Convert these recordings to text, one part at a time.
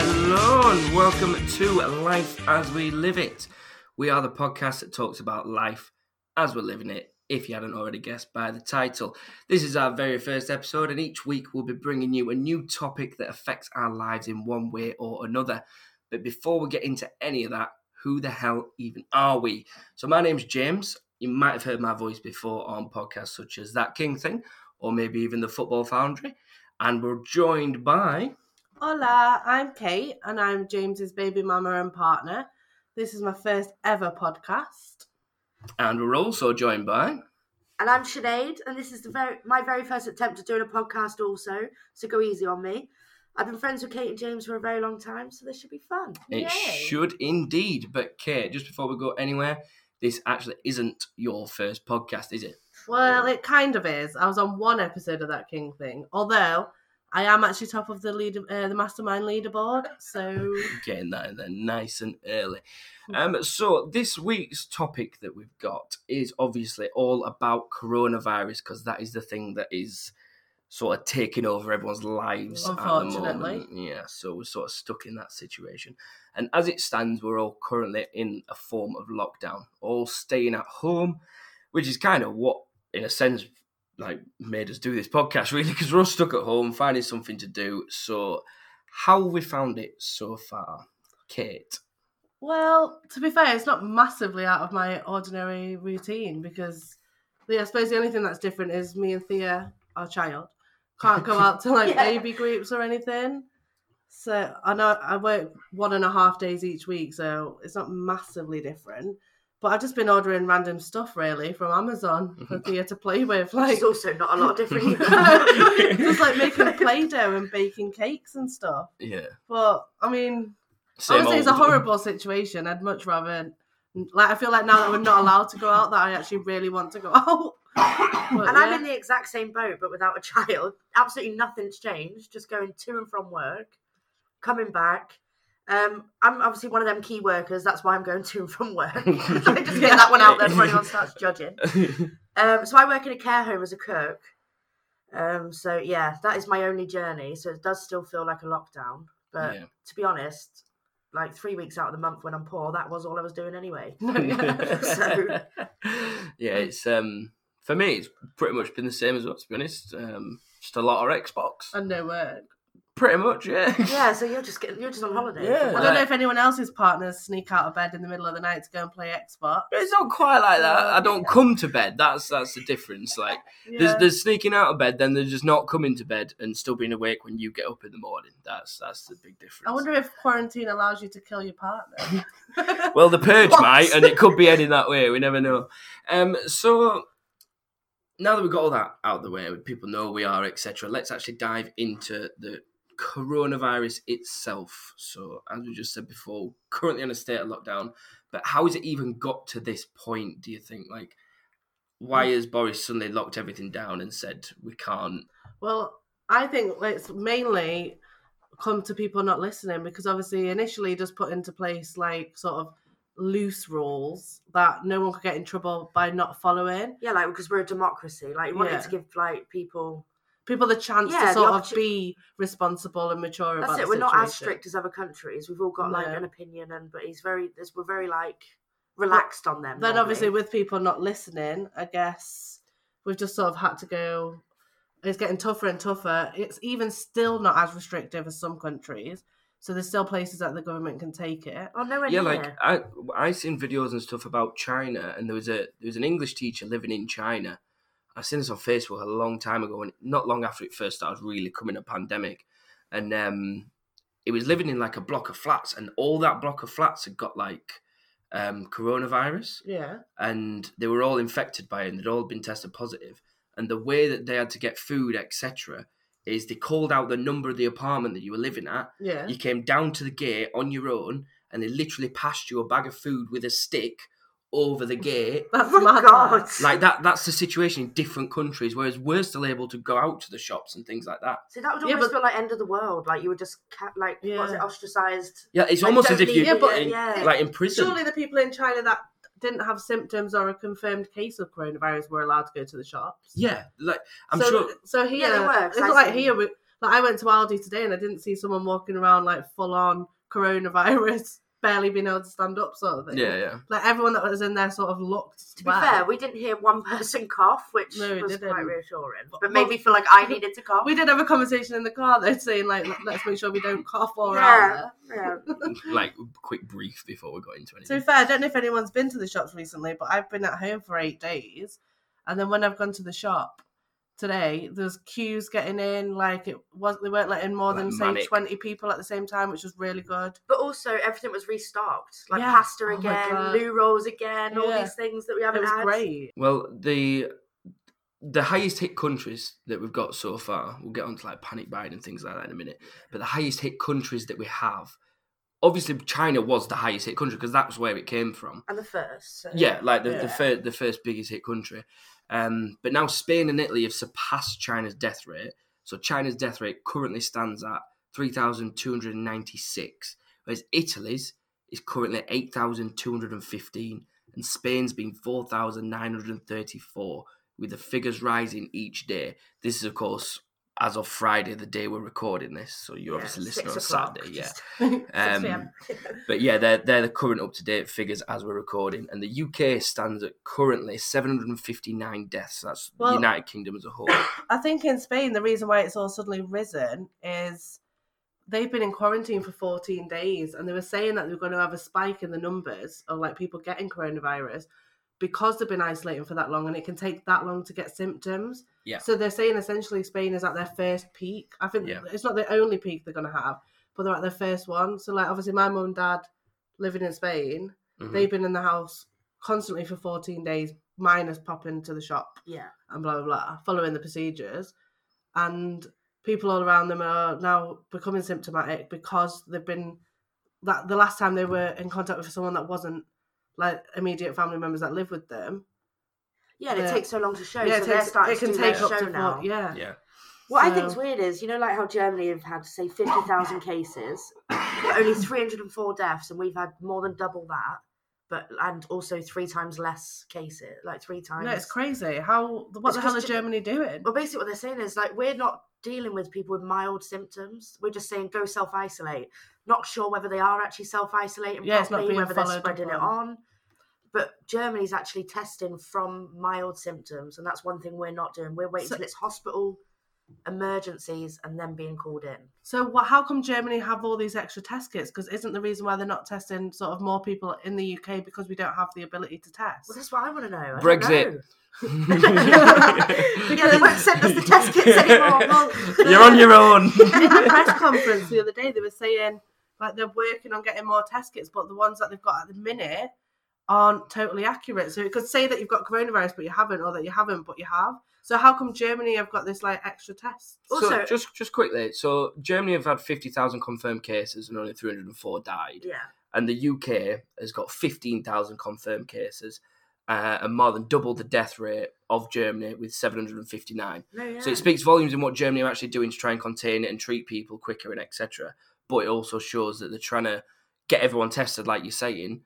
on? Welcome to Life as We Live It. We are the podcast that talks about life as we're living it, if you hadn't already guessed by the title. This is our very first episode, and each week we'll be bringing you a new topic that affects our lives in one way or another. But before we get into any of that, who the hell even are we? So, my name's James. You might have heard my voice before on podcasts such as That King Thing, or maybe even The Football Foundry. And we're joined by. Hola, I'm Kate, and I'm James's baby mama and partner. This is my first ever podcast. And we're also joined by. And I'm Sinead, and this is the very my very first attempt at doing a podcast also, so go easy on me. I've been friends with Kate and James for a very long time, so this should be fun. It should indeed. But Kate, just before we go anywhere, this actually isn't your first podcast, is it? Well, it kind of is. I was on one episode of that King thing, although I am actually top of the lead, uh, the mastermind leaderboard. So Getting that in there nice and early. Um, so this week's topic that we've got is obviously all about coronavirus because that is the thing that is sort of taking over everyone's lives at the Unfortunately. moment. Yeah, so we're sort of stuck in that situation. And as it stands, we're all currently in a form of lockdown, all staying at home, which is kind of what, in a sense, like made us do this podcast really because we're all stuck at home finding something to do. So, how have we found it so far, Kate? Well, to be fair, it's not massively out of my ordinary routine because the, I suppose the only thing that's different is me and Thea, our child, can't go out to like Yeah. baby groups or anything. So I know I work one and a half days each week, so it's not massively different. But I've just been ordering random stuff really from Amazon for Thea to play with, like It's also not a lot different. just like making play doh and baking cakes and stuff. Yeah, But I mean, Same Honestly, it's a old. um, horrible situation. I'd much rather, like, I feel like now that we're not allowed to go out, that I actually really want to go out. But and I'm yeah. in the exact same boat, but without a child. Absolutely nothing's changed. Just going to and from work, coming back. Um, I'm obviously one of them key workers. That's why I'm going to and from work. just get that one out there before anyone starts judging. Um, so I work in a care home as a cook. Um, so yeah, that is my only journey. So it does still feel like a lockdown. But Yeah. to be honest, like three weeks out of the month when I'm poor, that was all I was doing anyway. So- yeah, it's um for me it's pretty much been the same as well, to be honest. Um just a lot of Xbox. and no work. Pretty much, Uh, yeah. Yeah, so you're just getting, you're just on holiday. Yeah. I don't know if anyone else's partners sneak out of bed in the middle of the night to go and play Xbox. It's not quite like that. I don't come to bed. That's that's the difference. Like there's Yeah. there's sneaking out of bed, then there's just not coming to bed and still being awake when you get up in the morning. That's that's the big difference. I wonder if quarantine allows you to kill your partner. Well, the purge What? might, and it could be heading that way. We never know. Um, so now that we've got all that out of the way, people know we are, etc. Let's actually dive into the coronavirus itself. So, as we just said before, currently in a state of lockdown, but how has it even got to this point? Do you think, like, why has Boris suddenly locked everything down and said we can't? Well, I think it's mainly come to people not listening because obviously initially just put into place like sort of loose rules that no one could get in trouble by not following. Yeah, like because we're a democracy. Like, we wanted Yeah. to give like people. people the chance Yeah, to the sort opportu- of be responsible and mature That's about it. the We're not as situation. strict as other countries. We've all got like No. an opinion, and but he's very. There's, we're very like relaxed on them. Then normally. obviously with people not listening, I guess we've just sort of had to go. It's getting tougher and tougher. It's even still not as restrictive as some countries. So there's still places that the government can take it. oh nowhere yeah, near. like I I seen videos and stuff about China, and there was a there was an English teacher living in China. I seen this on Facebook a long time ago, and not long after it first started really coming a pandemic, and um, it was living in like a block of flats, and all that block of flats had got like um coronavirus, Yeah. and they were all infected by it, and they'd all been tested positive. And the way that they had to get food, etc., is they called out the number of the apartment that you were living at, Yeah. you came down to the gate on your own, and they literally passed you a bag of food with a stick over the gate. That's Oh my mad. god. Like that, that's the situation in different countries, whereas we're still able to go out to the shops and things like that. So that would Yeah, almost but- feel like end of the world. Like you were just ca- like what was Yeah. it ostracized? Yeah, it's Like, almost as don't if you, leave Yeah, but- in- yeah. like in prison. Surely the people in China that didn't have symptoms or a confirmed case of coronavirus were allowed to go to the shops. yeah, like I'm so, sure. So here, Yeah, they were, 'cause it's I like seen- here. We, like I went to Aldi today and I didn't see someone walking around like full on coronavirus barely being able to stand up, sort of thing. Yeah, yeah. Like everyone that was in there sort of looked. To be fair, we didn't hear one person cough, which No, we was quite didn't. reassuring. But, Well- made me feel like I needed to cough. we did have a conversation in the car though, saying like, let's make sure we don't cough while we're out yeah, there. yeah. Like quick brief before we got into To be anything. fair, I don't know if anyone's been to the shops recently, but I've been at home for eight days. And then when I've gone to the shop today, there's queues getting in. Like it was, they weren't letting more than Like say manic. twenty people at the same time, which was really good. But also, everything was restocked, like Yeah. pasta Oh my again, God. loo rolls again, all Yeah. these things that we It haven't was had. great. Well, the the highest hit countries that we've got so far, we'll get onto like panic buying and things like that in a minute. But the highest hit countries that we have, obviously China was the highest hit country because that was where it came from. And the first. so- Yeah, like the the, Yeah. fir- the first biggest hit country. Um, but now Spain and Italy have surpassed China's death rate. So China's death rate currently stands at 3,296, whereas Italy's is currently 8,215, and Spain's been 4,934, with the figures rising each day. This is, of course, as of Friday, the day we're recording this. So you're Yeah, obviously six listening on o'clock, Saturday, yeah. just- 6 p.m. Um, but yeah, they're they're the current up to date figures as we're recording, and the UK stands at currently 759 deaths. That's the Well- United Kingdom as a whole. I think in Spain, the reason why it's all suddenly risen is they've been in quarantine for 14 days and they were saying that they're going to have a spike in the numbers of like people getting coronavirus because they've been isolating for that long and it can take that long to get symptoms. Yeah. So they're saying essentially Spain is at their first peak. I think Yeah. it's not the only peak they're going to have, but they're at their first one. So, like, obviously, my mum and dad living in Spain, Mhm. they've been in the house constantly for 14 days, minus popping to the shop yeah. and blah blah blah, following the procedures, and people all around them are now becoming symptomatic because they've been that the last time they were in contact with someone that wasn't like immediate family members that live with them. Yeah, and it Yeah. takes so long to show. yeah, Oh, so it, they're takes, starting it can to do take their up show to now. four, yeah. yeah, What I So- think's weird is, you know, like how Germany have had say fifty thousand cases, but only three hundred and four deaths, and we've had more than double that, but and also three times less cases, like three times. No, it's crazy. How what It's Oh. the hell 'cause is Ge- Germany doing? Well, basically, what they're saying is like we're not dealing with people with mild symptoms. We're just saying go self isolate. Not sure whether they are actually self isolating Yeah, it's not properly, being whether they're followed up spreading it on. on. But Germany's actually testing from mild symptoms, and that's one thing we're not doing. We're waiting So- till it's hospital emergencies and then being called in. So what, how come Germany have all these extra test kits? Because isn't the reason why they're not testing sort of more people in the UK because we don't have the ability to test? Well, that's what I want to know. I don't Brexit. know. Yeah, they won't send us the test kits anymore. Well, You're on your own. at the press conference the other day, they were saying like they're working on getting more test kits, but the ones that they've got at the minute aren't totally accurate. So it could say that you've got coronavirus, but you haven't, or that you haven't, but you have. So how come Germany have got this like extra test? so Also- just just quickly, so Germany have had 50,000 confirmed cases and only 304 died, Yeah. and the UK has got 15,000 confirmed cases. Uh, and more than double the death rate of Germany with 759. No, yeah. So it speaks volumes in what Germany are actually doing to try and contain it and treat people quicker and etc. But it also shows that they're trying to get everyone tested, like you're saying,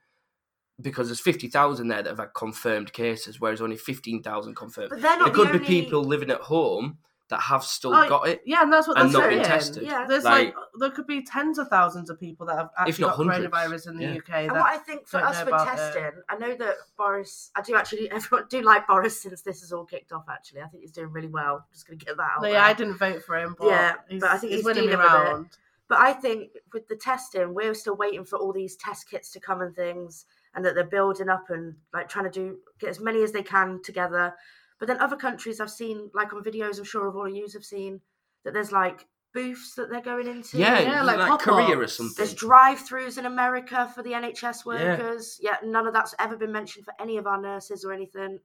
because there's fifty thousand there that have had confirmed cases, whereas only fifteen thousand confirmed. but they're there not could the only... be people living at home that have still Oh, got it. Yeah, and that's what And they're not saying. been tested. Yeah. There's like, Like- there could be tens of thousands of people that have If actually not got hundreds. coronavirus in the Yeah. UK. And That, what I think for don't us know with about the- testing, I know that Boris, I do actually, everyone do like Boris since this has all kicked off. Actually, I think he's doing really well. I'm just going to get that out. no, there. yeah, I didn't vote for him, but Yeah, but I think he's winning me dealing with it. round. But I think with the testing, we're still waiting for all these test kits to come and things, and that they're building up and like trying to do get as many as they can together. But then other countries I've seen, like on videos, I'm sure of all of you have seen that there's like booths that they're going into. Yeah, Yeah, like, like Korea or pop-ups. something. There's drive-throughs in America for the NHS workers. Yeah. none of that's ever been mentioned for any of our nurses or anything.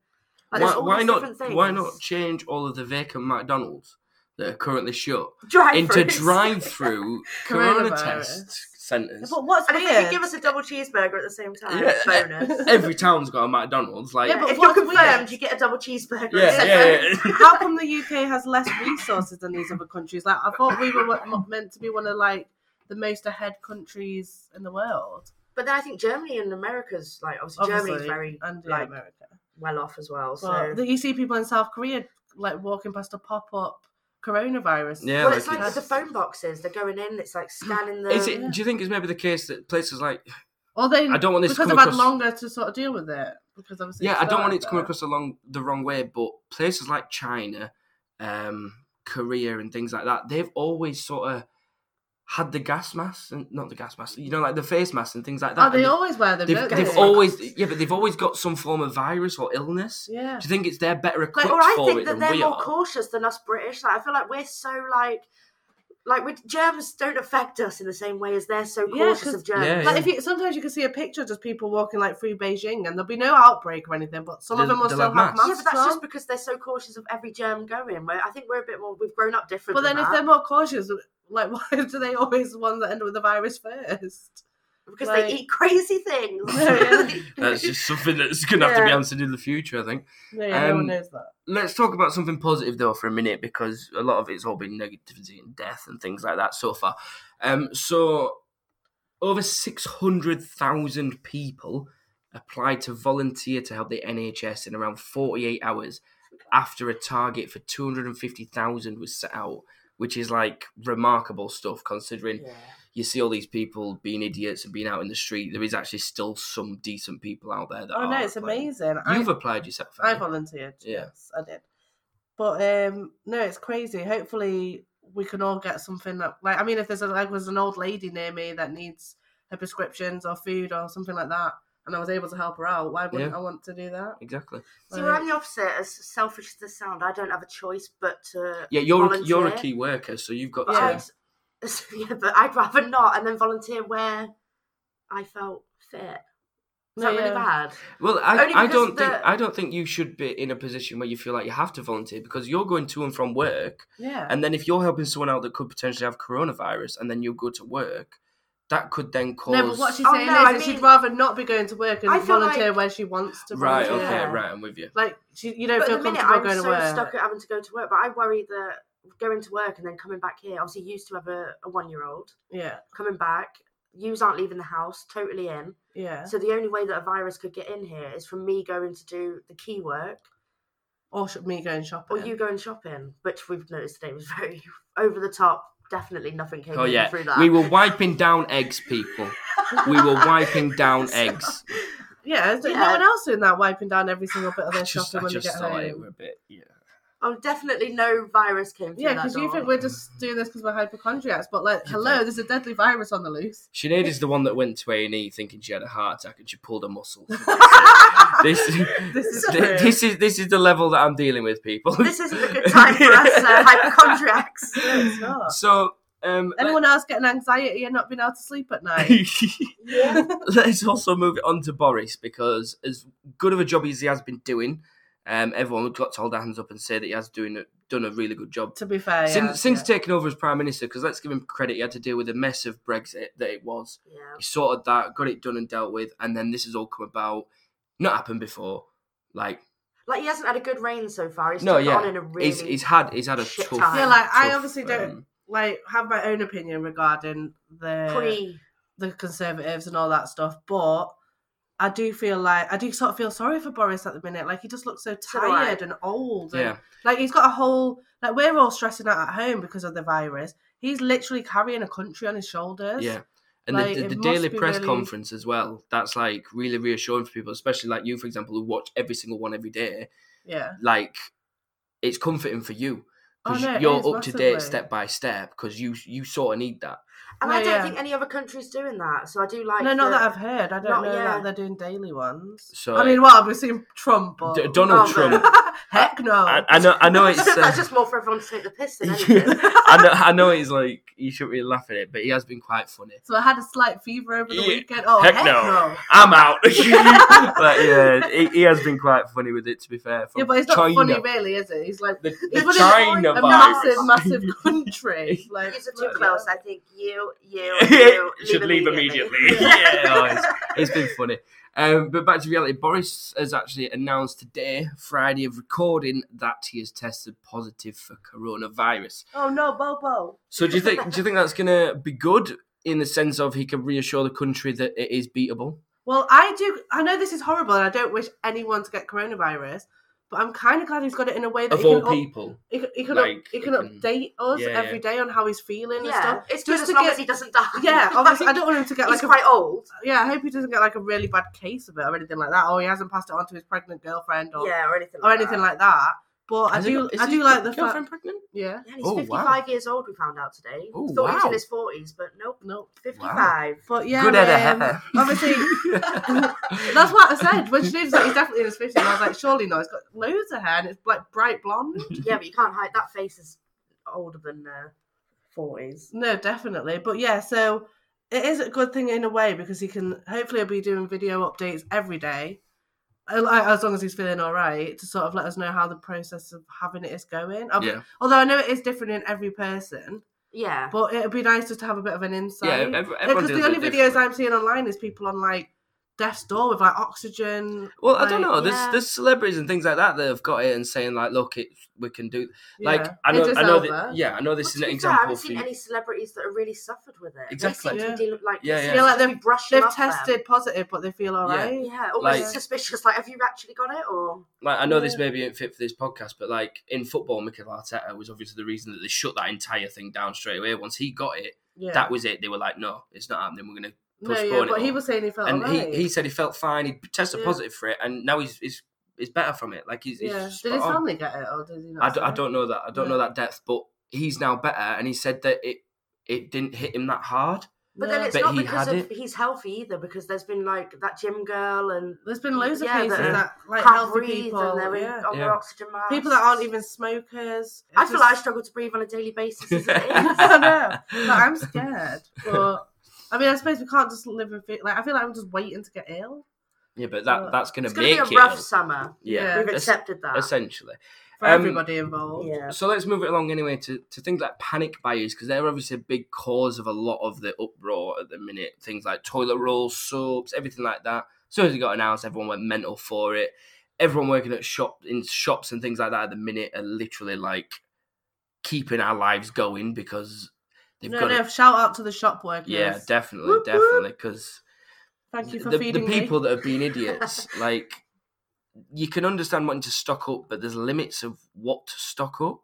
Like, there's why all why these not? different things. Why not change all of the vacant McDonald's that are currently shut drive into drive-through corona test centres? But what's And if they weird? could give us a double cheeseburger at the same time, Yeah. bonus. Every town's got a McDonald's. Like, Yeah, but if you're what's weird- confirmed, you get a double cheeseburger. yeah, instead. yeah, yeah. how come the UK has less resources than these other countries? Like I thought we were wa- meant to be one of like the most ahead countries in the world. But then I think Germany and America's like obviously, Germany's Obviously, very and yeah, like America. well off as well. So But you see people in South Korea like walking past a pop up coronavirus. Yeah, well, it's like like with it's- the phone boxes. They're going in. It's like scanning the. Is it? yeah. Do you think it's maybe the case that places like Or they, I don't want this to come because they've had across- longer to sort of deal with it. Because obviously, yeah, it's I don't want there, it to come but- across along the wrong way, but places like China, um, Korea, and things like that, they've always sort of had the gas masks and not the gas masks, you know, like the face masks and things like that. Oh, they and always wear them. they've, don't they've, they? they've always yeah, but they've always got some form of virus or illness. yeah. Do you think it's they're better Like, equipped or I for think it that than they're we more are? cautious than us British. Like, I feel like we're so like, like we, germs don't affect us in the same way as they're so Yeah, cautious 'cause- of germs. Yeah, Like if you, sometimes you can see a picture of just people walking like through Beijing, and there'll be no outbreak or anything, but some of They'll- them will they'll still have have masks, masks. yeah, but that's on. just because they're so cautious of every germ going. Where I think we're a bit more, we've grown up different. But then than if that. they're more cautious, like why do they always the ones that end up with the virus first? because like- they eat crazy things. Yeah. That's just something that's going to have to be Yeah. answered in the future, I think. No, yeah, no one Um, knows that. Let's talk about something positive though for a minute because a lot of it's all been negativity and death and things like that so far. Um, so over six hundred thousand people applied to volunteer to help the NHS in around forty-eight hours after a target for two hundred and fifty thousand was set out, which is like remarkable stuff considering you see all these people being idiots and being out in the street. There is actually still some decent people out there that Oh no, are it's applying. amazing. You've I, applied yourself. I haven't you? volunteered. Yeah. Yes, I did. But um, no, it's crazy. Hopefully, we can all get something that, like, I mean, if there's a, like, was an old lady near me that needs her prescriptions or food or something like that, and I was able to help her out, why wouldn't Yeah. I want to do that? Exactly. So Like- I'm the opposite. As selfish as this sound, I don't have a choice but to. Yeah, you're a, volunteer. you're a key worker, so you've got But to. Yeah. I'd, yeah, but I'd rather not, and then volunteer where I felt fit. Is No, that really yeah. bad? Well, I, Only I because don't think the- I don't think you should be in a position where you feel like you have to volunteer because you're going to and from work, Yeah. and then if you're helping someone out that could potentially have coronavirus, and then you go to work, that could then cause. No, but what she's Oh, saying no, is I that she'd mean- rather not be going to work and I feel volunteer like- where she wants to right? volunteer. Okay, Yeah. right, I'm with you. Like she, you don't but feel at the minute comfortable I'm going so to work. stuck at having to go to work. But I worry that going to work and then coming back here. Obviously, you used to have a, a one year old yeah, coming back. Yous aren't leaving the house, totally in. yeah. So the only way that a virus could get in here is from me going to do the key work or sh- me going shopping. or you going shopping, which we've noticed today was very over the top. Definitely nothing came Oh in yeah, through that. we were wiping down eggs, people. We were wiping down eggs. yeah, is there no Yeah. one else doing that, wiping down every single bit of I their just, shopping I when they just get thought it home. were a bit. Yeah. Oh, definitely no virus came through Yeah, that because you door. think we're just doing this because we're hypochondriacs, but like, You hello, don't. there's a deadly virus on the loose. Sinead is the one that went to A and E thinking she had a heart attack and she pulled her muscle. this, This is Th- true. this is this is the level that I'm dealing with, people. this isn't a good time for us uh, hypochondriacs. No, it's not. so, um, Anyone else getting anxiety and not being able to sleep at night? let- Yeah. let's also move on to Boris because as good of a job as he has been doing, um, everyone got to hold their hands up and say that he has doing a, done a really good job to be fair, since yeah, since yeah. taking over as prime minister. Because let's give him credit, he had to deal with the mess of Brexit that it was. He sorted that, got it done and dealt with, and then this has all come about. Not happened before. Like Like he hasn't had a good reign so far. He's No, no, yeah. on in a really. he's, he's had he's had a Shit tough. time. Yeah, like, I tough, obviously don't- um, like have my own opinion regarding the pre. the conservatives and all that stuff, but I do feel like I do sort of feel sorry for Boris at the minute. Like he just looks so So do I. tired and old. And, Yeah. Like he's got a whole like we're all stressing out at home because of the virus. He's literally carrying a country on his shoulders. Yeah. And Like, the, the, it the must daily be press really- conference as well, that's like really reassuring for people, especially like you, for example, who watch every single one every day. Yeah. Like, it's comforting for you Oh, because no, it you're is up to date massively. step by step because you you sort of need that. And No, I don't yeah. think any other country's doing that. So I do like. no, not that that I've heard. I don't Not know yet. that they're doing daily ones. So, I mean, well, we've seen Trump. Or... D- Donald Oh, Trump, Heck no. I, I know, I know it's. Uh, That's just more for everyone to take the piss than anything. I know, I know it's like you shouldn't really laugh at it, but he has been quite funny. so I had a slight fever over the Yeah. weekend. Oh, Heck heck, no. no. I'm out. but yeah, he, he has been quite funny with it. To be fair, from Yeah, but it's not China, funny, really, is it? He's like the, He's the one of the- China a a virus. massive, massive country. Like, These are too yeah. close. I think you, you, you should leave immediately. Yeah, no, it's- it's been funny. Um, but back to reality, Boris has actually announced today, Friday of recording, that he has tested positive for coronavirus. Oh no, Bobo. So do you think do you think that's gonna be good in the sense of he can reassure the country that it is beatable? Well, I do. I know this is horrible, and I don't wish anyone to get coronavirus. But I'm kind of glad he's got it in a way that Of he all can, up, people, he, can- he can, up, like, he he can can- update us Yeah, every day yeah. on how he's feeling and Yeah, stuff. it's good Just as to long get- as he doesn't die. Yeah, obviously, I Like, don't want him to get He's like a quite old. yeah. I hope he doesn't get like a really bad case of it or anything like that, or he hasn't passed it on to his pregnant girlfriend or Yeah, or anything. Oh. or anything like that. But I Has he do, got- is I his do like the fact. girlfriend pregnant. Yeah, that. Yeah, he's Oh, wow. 55 years old. We found out today. Oh, Thought he was wow. in his 40s, but nope, no, 55. but yeah, Good head um, of hair. obviously that's what I said when she was like, he's definitely in his fifties. I was like, surely not. He's got loads of hair and it's like bright blonde. Yeah, but you can't hide that face is older than uh, 40s. No, definitely. But yeah, so it is a good thing in a way because he can hopefully he'll be doing video updates every day, uh, like, as long as he's feeling all right, to sort of let us know how the process of having it is going. Um, yeah, Although I know it is different in every person, Yeah. but it'd be nice just to have a bit of an yeah. insight. every- everyone Because deals the only with it videos differently. I'm seeing online is people on like death's door with like oxygen. Well, I don't like, know. There's yeah. there's celebrities and things like that that have got it and saying like, look, it we can do. Like yeah. I know, Idris I know Elba. that. Yeah, I know this But is to an be fair, I example haven't for seen you. any celebrities that have really suffered with it. Exactly. They seem Yeah. to deal like, Yeah, they yeah. seem Yeah, like to they've- be brushing They've off them. tested positive, but they feel all Yeah. right. Yeah, almost Like- suspicious. Like, have you actually got it? Or Like I know this Yeah. maybe ain't fit for this podcast, but like in football, Mikel Arteta was obviously the reason that they shut that entire thing down straight away. Once he got it, Yeah. that was it. They were like, no, it's not happening. We're gonna. no, yeah, postpone it but he all. was saying Oh, he felt and all right. he, he said he felt fine. He tested Yeah. positive for it, and now he's he's, he's better from it. Like he's, he's yeah. spot Did his on. family get it, or did he not? I, d- say? I don't know that. I don't Yeah. know that depth, but he's now better, and he said that it it didn't hit him that hard. but No. then it's But not he because had of it. he's healthy either. Because there's been like that gym girl and There's been loads of Yeah, cases that- that like can't healthy breathe people, and they're in- yeah. on their Yeah. oxygen masks. people that aren't even smokers. I It's feel like I just- struggle to breathe on a daily basis. As it is. I know. like I'm scared. But I mean, I suppose we can't just live with it. Like I feel like I'm just waiting to get ill. Yeah, but that Well, that's gonna it's going make to be it. a rough summer. yeah, Yeah. We've es- accepted that. essentially. for Um, everybody involved. Yeah. So let's move it along anyway to, to things like panic buyers because they're obviously a big cause of a lot of the uproar at the minute. Things like toilet rolls, soaps, everything like that. As soon as it got announced, everyone went mental for it. Everyone working at shop in shops and things like that at the minute are literally like keeping our lives going because they've No, got no. to, Shout out to the shop workers. yeah, definitely, Whoop, whoop. definitely because Thank you for the, the feeding people me. that have been idiots, like you can understand wanting to stock up, but there's limits of what to stock up.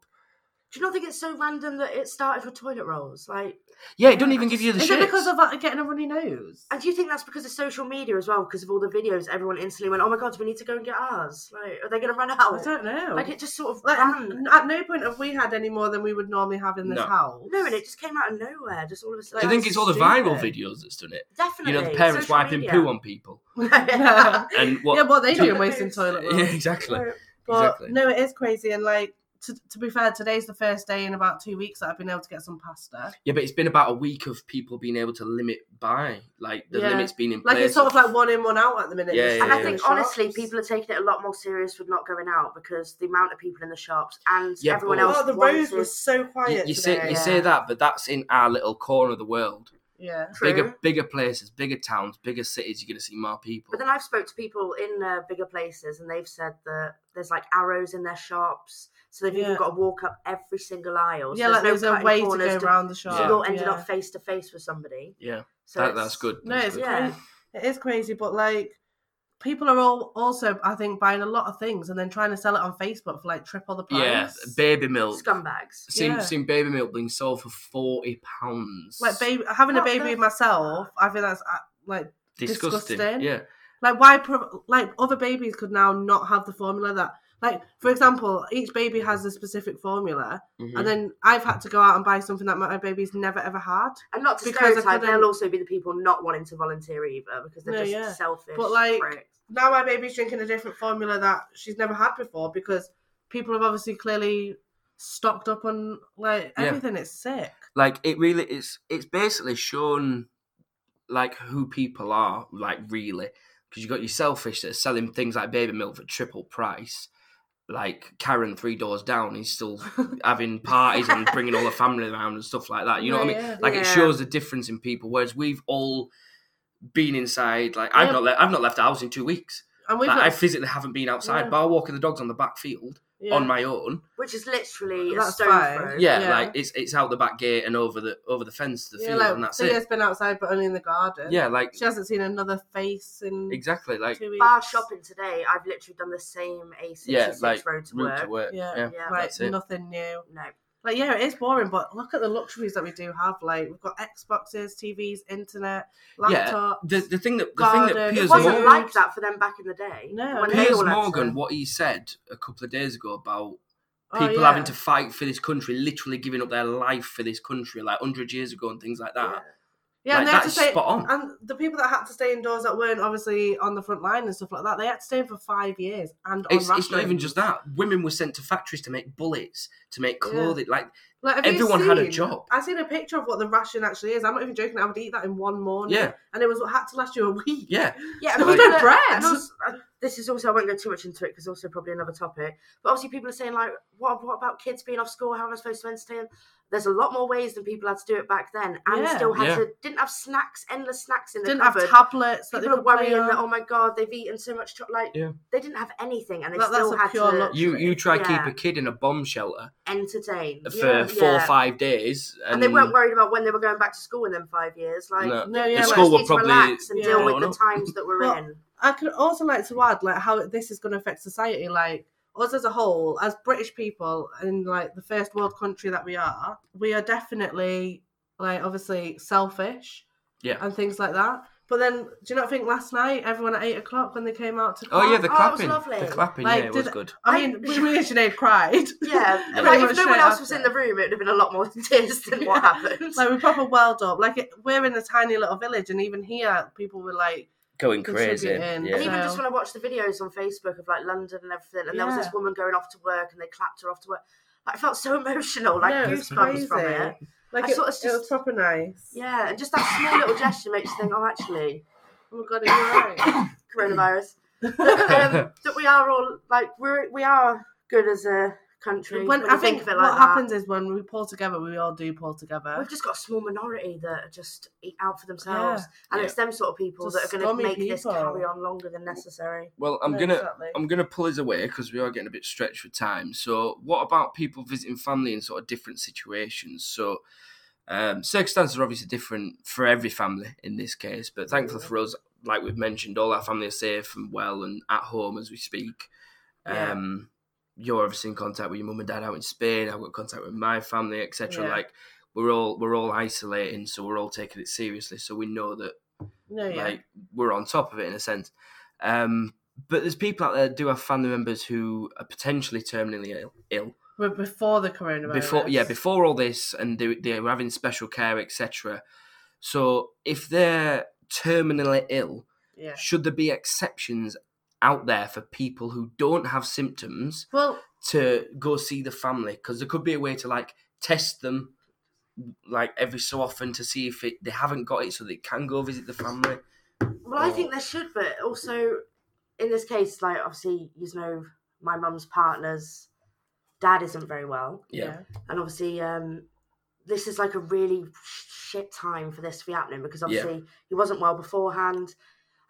Do you not think it's so random that it started with toilet rolls? Like, Yeah, it Yeah, don't I even give you the Is shit. it because of like, getting a runny nose? and do you think that's because of social media as well? Because of all the videos, everyone instantly went, "Oh my god, we need to go and get ours." Like, are they going to run out? I don't know. Like, it just sort of Like, ran. n- at no point have we had any more than we would normally have in this No. house. No, and it just came out of nowhere. Just all of a Do sudden. you think that's it's all the stupid. viral videos that's done it? Definitely. You know, the parents social wiping media. poo on people yeah, uh, and what? what they Yeah. doing wasting toilet roll. Yeah, exactly. But Exactly. no, it is crazy. And like, to, to be fair, today's the first day in about two weeks that I've been able to get some pasta. Yeah, but it's been about a week of people being able to limit buy, like the Yeah. limits being in place. Like, it's sort of like one in, one out at the minute. Yeah, It's yeah, And I yeah. in the think shops. honestly, people are taking it a lot more serious with not going out because the amount of people in the shops and Yeah, everyone but- else. Oh, the roads wants were is- so You, quiet. you say today. you yeah. say that, but that's in our little corner of the world. yeah. True. Bigger bigger places, bigger towns, bigger cities. You're gonna see more people. But then I've spoke to people in uh, bigger places, and they've said that there's like arrows in their shops, so they've Yeah. even got to walk up every single aisle. So yeah, like no there's a cutting way to corners go round the shop. Yeah. You all ended Yeah. up face to face with somebody. yeah, So that, it's- that's good. No, that's it's good. crazy. Yeah. It is crazy, but like people are all also, I think, buying a lot of things and then trying to sell it on Facebook for like triple the price. Yeah, baby milk. Scumbags. Seen Yeah. seen baby milk being sold for forty pounds. Like baby, having a What baby the- myself, I think that's uh, like disgusting. disgusting. Yeah, like why pro- like other babies could now not have the formula that like for example each baby has a specific formula Mhm. and then i've had to go out and buy something that my baby's never ever had And not to Because I stereotype, couldn't- they'll also be the people not wanting to volunteer either because they're No, just yeah. selfish. But, like, pricks. now my baby's drinking a different formula that she's never had before because people have obviously clearly stocked up on like Yeah. everything it's sick like it really it's it's basically shown like who people are like really because you got your selfish that are selling things like baby milk for triple price like karen three doors down he's still having parties and bringing all the family around and stuff like that you know what i mean Yeah, yeah. like it Yeah. shows the difference in people whereas we've all been inside like i've Yeah. not left i've not left the house in two weeks and we've like, i not, physically haven't been outside Yeah. bar walking the dogs on the back field Yeah. on my own. which is literally a That's stone fine. throw. Yeah, Yeah. like it's it's out the back gate and over the over the fence to the yeah, field, like and that's Thea's it. been outside, but only in the garden. Yeah, like she hasn't seen another face in exactly, like two weeks. Bar shopping today, I've literally done the same A66 Yeah, like, road to route work. to work. Yeah. yeah. Yeah, like that's it. nothing new. no. Like yeah, it is boring, but look at the luxuries that we do have. Like we've got Xboxes, TVs, internet, Yeah, laptop. the the thing that the thing that Garden. It Piers, It There's wasn't Mor- no- like that for them back in the day. No, when no. they Piers all had Morgan, to- what he said a couple of days ago about Oh, people yeah. having to fight for this country, literally giving up their life for this country, like hundred years ago and things like that. yeah, like, and they had that to is stay. spot on. And the people that had to stay indoors that weren't obviously on the front line and stuff like that, they had to stay in for five years. And on It's, it's not even rations. just that. Women were sent to factories to make bullets, to make Yeah. clothing. Like Like, have you everyone had a seen- job. I've seen a picture of what the ration actually is. I'm not even joking. I would eat that in one morning. Yeah. And it was what had to last you a week. Yeah. Yeah, There was no but- bread. and also- uh, this is also I won't go too much into it because also probably another topic. But obviously, people are saying like, what, what about kids being off school? How am I supposed to entertain? them? There's a lot more ways than people had to do it back then, and Yeah. still had Yeah. to didn't have snacks, endless snacks in the Didn't cupboard. have tablets. That they people are could play worrying that on. oh my god, they've eaten so much. Cho-. Like Yeah. they didn't have anything, and they That- that's still a had pure to luxury. You you try Yeah. keep a kid in a bomb shelter entertain. for Yeah. four or Yeah. five days, and, and they weren't worried about when they were going back to school in them five years. Like No. No, they yeah. The just Like, school were need to probably relax and Yeah. deal with blown the up. times that we're Well, in. I could also like to add like how this is going to affect society, like us as a whole, as British people, and like the first world country that we are, we are definitely like obviously selfish, Yeah. and things like that. But then, do you not think last night everyone at eight o'clock when they came out to? Oh yeah, the Oh, it was clapping, lovely. the clapping, Like, yeah, it did- was good. I mean, we me and Sinead cried. Yeah, Yeah. like Pretty if no much one straight else was in after. the room, it would have been a lot more tears than what Yeah. happened. Like we proper welled up. Like it, we're in a tiny little village, and even here, people were like, Going crazy, Contributing. yeah. and even so- just when I watched the videos on Facebook of like London and everything, and there was Yeah. this woman going off to work, and they clapped her off to work. Like, I felt so emotional, like No, it's goosebumps from it. crazy. like I it, thought it's it was just- proper nice. Yeah, and just that small little gesture makes you think, oh, actually, Oh my god, are you alright? coronavirus. that, um, that we are all like we're we are good as a country. when you I think, of it what like that. happens is when we pull together, we all do pull together. We've just got a small minority that are just eat out for themselves, and Yeah. it's them sort of people Just that are going to scummy make this people. carry on longer than necessary. Well, I'm No, gonna exactly. I'm gonna pull us away because we are getting a bit stretched for time. So, what about people visiting family in sort of different situations? So, um, circumstances are obviously different for every family in this case, but thankfully for us, like we've mentioned, all our family are safe and well and at home as we speak. Yeah. Um, you're obviously in contact with your mum and dad out in Spain. I've got contact with my family, etc. Yeah. Like we're all we're all isolating, so we're all taking it seriously. So we know that No, yeah. like we're on top of it in a sense. Um, but there's people out there that do have family members who are potentially terminally ill, ill We're before the coronavirus. before yeah before all this, and they they were having special care etc. So if they're terminally ill, Yeah. should there be exceptions out there for people who don't have symptoms Well, to go see the family? Because there could be a way to like test them like every so often to see if it, they haven't got it so they can go visit the family. Well, I Or- think there should, but also in this case, like obviously, you know, my mum's partner's dad isn't very well, Yeah. yeah. and obviously, um, this is like a really shit time for this to be happening because Yeah. obviously he wasn't well beforehand,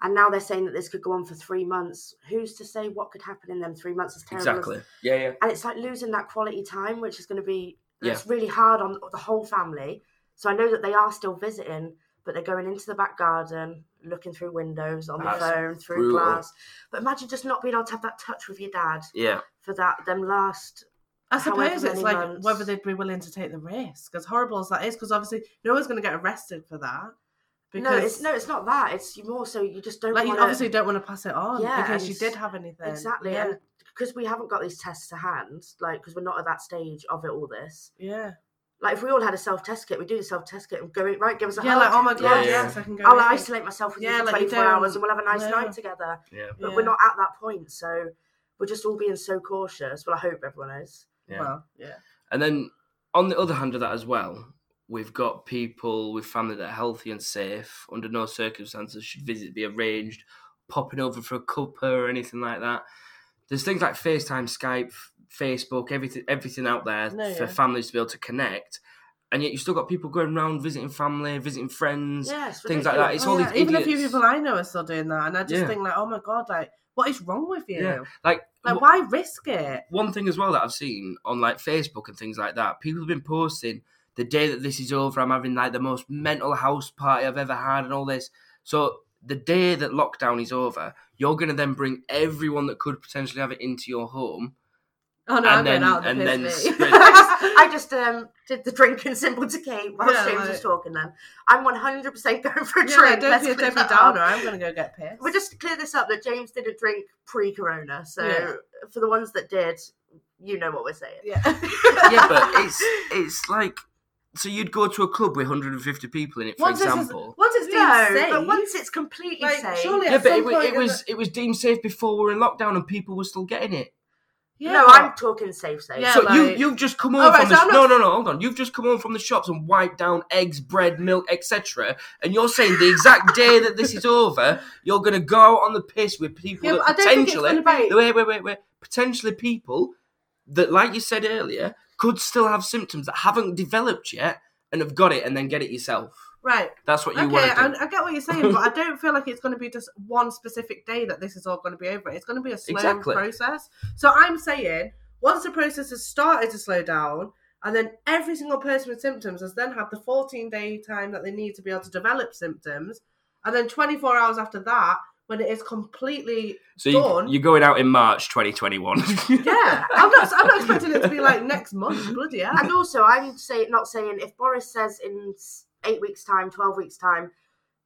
and now they're saying that this could go on for three months. Who's to say what could happen in them three months? As terrible as Exactly. Yeah, yeah. and it's like losing that quality time, which is going to be Yeah. it's really hard on the whole family. So I know that they are still visiting, but they're going into the back garden, looking through windows on That's their phone, through brutal. glass. But imagine just not being able to have that touch with your dad Yeah. for that them last. I However suppose it's many like months. whether they'd be willing to take the risk, as horrible as that is, because obviously no one's going to get arrested for that. Because no, it's no, it's not that. It's you more so you just don't like you want obviously don't want to pass it on Yeah, in and case you it's- did have anything. exactly Yeah. and because we haven't got these tests to hand, like because we're not at that stage of it all. This yeah. like if we all had a self test kit, we do the self test kit and go in, right, give us a Yeah, hug. like, oh my Yeah, God, yeah. yes, I can go. I'll with you. isolate myself with Yeah, you for like, you 24 hours don't- and we'll have a nice no. night together. Yeah. But Yeah. we're not at that point, so we're just all being so cautious. Well, I hope everyone is. Yeah. Well, yeah. And then on the other hand of that as well, we've got people with family that are healthy and safe. Under no circumstances should visit be arranged, popping over for a cuppa or anything like that. There's things like FaceTime, Skype, Facebook, everything everything out there No, for yeah. families to be able to connect. And yet you've still got people going around visiting family, visiting friends. Yes, things like that. It's Oh, all yeah. these Even a idiots. few people I know are still doing that, and I just Yeah. think like, oh my god, like What is wrong with you? Yeah. Like, Like, wh- why risk it? one thing as well that I've seen on like Facebook and things like that, people have been posting the day that this is over, I'm having like the most mental house party I've ever had and all this. So the day that lockdown is over, you're gonna then bring everyone that could potentially have it into your home. Oh And no, I'm then- going out of and the then piss spread- mate. I just, I just um, did the drink and simplicate while Yeah, James like- was talking. Then I'm 100 percent going for a Yeah, drink. don't Let's be a clear Debbie that up. Downer. I'm gonna go get pissed. We'll just clear this up that James didn't drink pre-corona, so Yeah. for the ones that did, you know what we're saying. yeah. Yeah, but it's it's like so you'd go to a club with 150 people in it, for Once this is- example. once it's No, been safe, but once it's completely like safe, surely yeah, at but some it, wa- point uh, it in was it was deemed safe before we were in lockdown and people were still getting it. the, yeah, no, but- I'm talking safe, safe. Yeah, so you like- you've just come Oh, home right, from so the I'm sh- no not- no no hold on you've just come home from the shops and wiped down eggs bread milk etc and you're saying the exact day that this is over you're gonna go out on the piss with people yeah, but I that don't think it's potentially gonna be. wait wait wait wait potentially people that like you said earlier could still have symptoms that haven't developed yet and have got it and then get it yourself Right. that's what you Okay, want to I, do I get what you're saying, but I don't feel like it's going to be just one specific day that this is all going to be over. It's going to be a slow Exactly. process. So I'm saying once the process has started to slow down, and then every single person with symptoms has then had the 14 day time that they need to be able to develop symptoms, and then 24 hours after that, when it is completely so Dawn. you, you're going out in March 2021 yeah, I'm not I'm not expecting it to be like next month, bloody hell. And also, I'm say, not saying if Boris says in s- eight weeks' time, 12 weeks' time,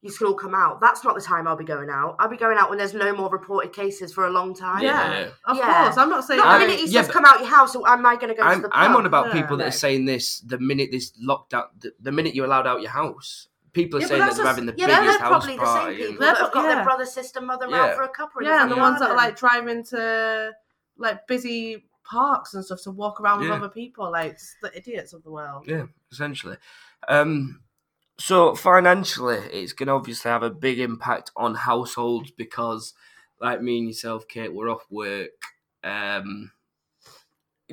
you should all come out, that's not the time I'll be going out. I'll be going out when there's no more reported cases for a long time. Yeah. Yeah. Of Yeah. course, I'm not saying. Not I- the minute he yeah, says but- come out your house, or am I going to go to I'm, the pub? I'm on about Yeah. people that are Like- saying this the minute this lockdown, the, the minute you're allowed out your house. People are Yeah, but saying that that's they're just- having the Yeah, they're biggest house probably the same party. people They're that have pro- got yeah. their brother, sister, mother round Yeah. for a cuppa. in Yeah, front the of ones that are garden. like driving to like busy parks and stuff to walk around Yeah. with other people, like s- the idiots of the world. Yeah. essentially. Um, so financially, it's going to obviously have a big impact on households because, like me and yourself, Kate, we're off work. Um,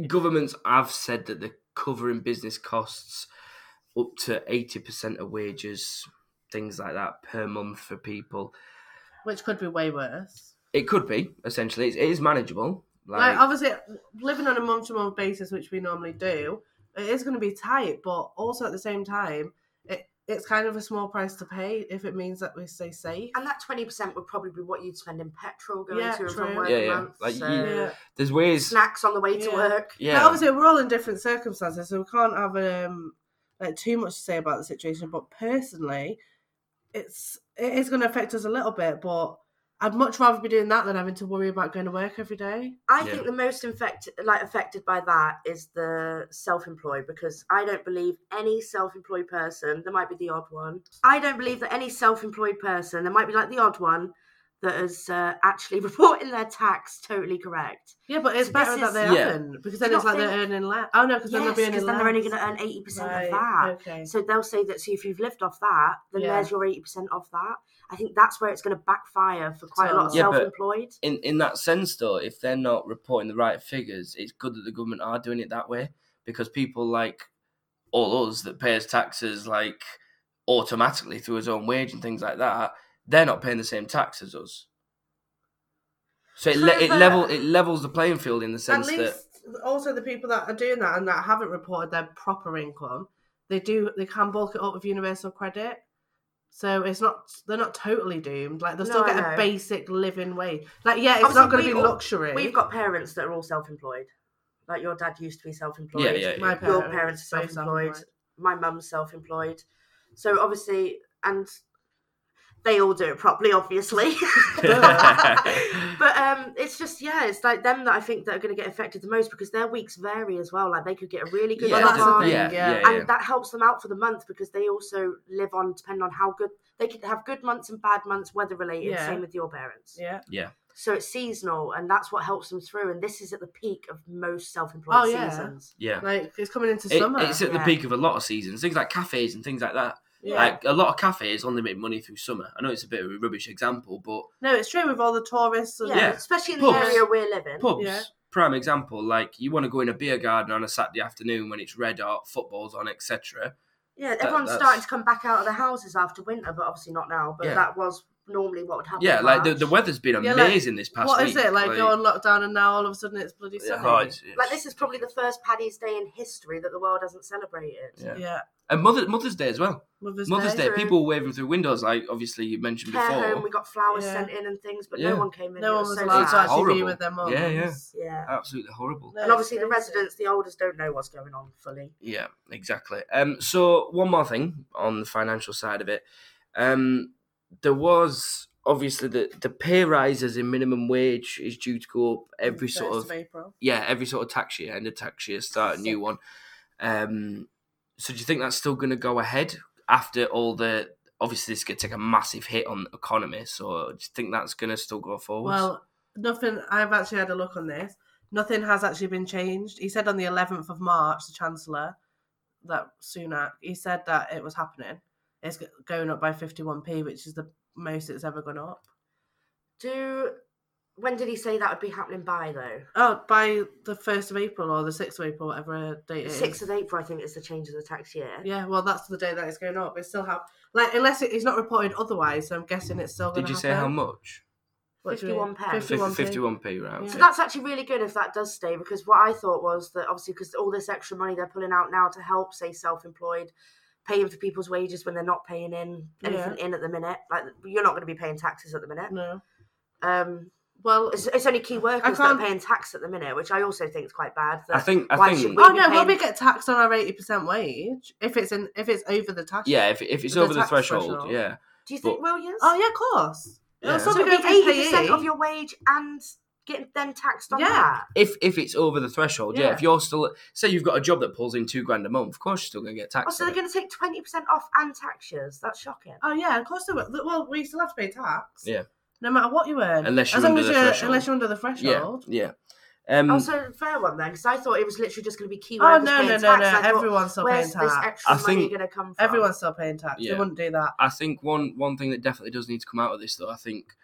governments have said that they're covering business costs up to eighty percent of wages, things like that per month for people. Which could be way worse. It could be essentially. It's, it is manageable. Like, Like, obviously, living on a month to month basis, which we normally do, it is going to be tight, but also at the same time, it, it's kind of a small price to pay if it means that we stay safe. And that 20% would probably be what you'd spend in petrol going Yeah, to and from true. work Yeah, a yeah. month. Like, so you- Yeah. there's ways. snacks on the way to Yeah. work. Yeah, Now, obviously, we're all in different circumstances, so we can't have um like too much to say about the situation. But personally, it's it is going to affect us a little bit. But I'd much rather be doing that than having to worry about going to work every day. I Yeah. think the most infect- like affected by that is the self-employed because I don't believe any self-employed person. There might be the odd one. I don't believe that any self-employed person. There might be like the odd one that is uh, actually reporting their tax totally correct. Yeah, but it's This better that is- they Yeah. haven't because then Do you it's not like they're think- earning less. Oh no, because Yes, then they'll be earning because then less. they're only going to earn eighty percent Right, of that. Okay. So they'll say that. So if you've lived off that, then Yeah. there's your eighty percent off that. I think that's where it's going to backfire for quite a lot of Yeah, but- self-employed. in in that sense though, if they're not reporting the right figures, it's good that the government are doing it that way because people like all us that pays taxes like automatically through his own wage and things like that, they're not paying the same tax as us. So it, le- True, it but- level it levels the playing field in the At sense that least also the people that are doing that and that haven't reported their proper income, they do they can bulk it up with universal credit. So it's not they're not totally doomed. Like they'll still No, I get a know. basic living wage. Like yeah, it's Obviously, not going we to be all- luxury. We've got parents that are all self-employed. Like your dad used to be self-employed. yeah yeah, yeah. my Your parents are both self-employed. my mum's self-employed so obviously and they all do it properly obviously but um it's just yeah it's like them that i think that are going to get affected the most because their weeks vary as well like they could get a really good yeah, Well, that's the job, thing, yeah, yeah. yeah, yeah. and that helps them out for the month because they also live on depending on how good they could have good months and bad months weather related Yeah. same with your parents Yeah. so it's seasonal and that's what helps them through and this is at the peak of most self-employed Oh, yeah. seasons yeah. Like it's coming into It- summer. it's at the yeah. peak of a lot of seasons, things like cafes and things like that. yeah. Like a lot of cafes only make money through summer. I know it's a bit of a rubbish example, but no, it's true with all the tourists and yeah, Yeah. especially in the Pubs. area we're living pubs, Yeah. prime example. Like you want to go in a beer garden on a Saturday afternoon when it's red hot, football's on, etc. Yeah, everyone's that's- starting to come back out of their houses after winter, but obviously not now. But Yeah. that was normally what would happen. Yeah, in like the, March. the weather's been Yeah, like, amazing this past What week. is it like? Go on lockdown, and now all of a sudden it's bloody yeah, sunny. oh, it's- it's- Like this is probably the first Paddy's Day in history that the world hasn't celebrated. Yeah. Yeah, and Mother, Mother's Day as well. Mother's, Mother's Day, true. people waving through windows, like obviously you mentioned Care before. home, we got flowers Yeah. sent in and things, but Yeah. no one came in. No It one was so allowed to sad. actually be Horrible. with their mums. Yeah, yeah. Yeah. Absolutely horrible. No, and obviously it's the crazy. residents, the elders, don't know what's going on fully. Yeah, exactly. Um, so one more thing on the financial side of it, um, there was obviously the the pay rises in minimum wage is due to go up every sort First of April. yeah every sort of tax year, end of tax year, start a new one. Um, so do you think that's still going to go ahead after all the? Obviously, this could take a massive hit on the economy. So, do you think that's going to still go forward? Well, nothing. I've actually had a look on this. Nothing has actually been changed. He said on the 11th of March, the Chancellor, that Sunak, he said that it was happening. It's go- going up by 51p, which is the most it's ever gone up. Do when did he say that would be happening by though? Oh, by the 1st of April or the 6th of April, whatever date it is. Sixth of April, I think, is the change of the tax year. Yeah, well, that's the day that it's going up. It's still have like unless it, it's not reported otherwise. So I'm guessing it's still. did gonna you say happen. how much? What do we- 51 pence. 51p. 51 p, right? Yeah. okay. So that's actually really good if that does stay because what I thought was that obviously because all this extra money they're pulling out now to help, say, self-employed, paying for people's wages when they're not paying in anything in at the minute. Like you're not going to be paying taxes at the minute. No. Um, Well, it's, it's only key workers that can't- are paying tax at the minute, which I also think is quite bad. That I think. I why think. should we oh be no, well paying- we get taxed on our eighty percent wage if it's in if it's over the tax. Yeah, if, if it's The over the tax threshold, threshold. yeah. Do you think, but- well, yes? Oh yeah, of course. Yeah. So So we it'd go be for eighty percent PE. of your wage and getting then taxed on Yeah. that. If if it's over the threshold, yeah. Yeah. If you're still say you've got a job that pulls in two grand a month, of course you're still going to get Oh, taxed. so on they're it. going to take twenty percent off and tax years. That's shocking. Oh yeah, of course they will. Well, we still have to pay tax. Yeah. No matter what you earn, Unless you're as long under as the you're threshold. unless you're under the threshold. yeah, yeah. Um, Also, fair one then, because I thought it was literally just going to be key Oh workers no paying no tax. no I no! thought, Everyone's still paying Where's this tax. extra I money think- going to come from? Everyone's still paying tax. They Yeah. wouldn't do that. I think one one thing that definitely does need to come out of this, though, I think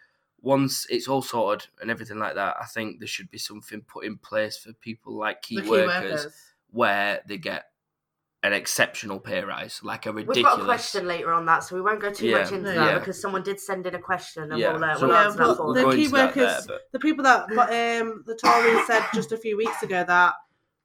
once it's all sorted and everything like that, I think there should be something put in place for people like key, the key workers, where they get an exceptional pay rise, like a ridiculous. We've got a question later on that, so we won't go too Yeah. much into No, that yeah. because someone did send in a question and Yeah, we'll, uh, so we'll Yeah, answer but that for we'll the them. go key into that workers- there, the people that but, um, the Tories said just a few weeks ago that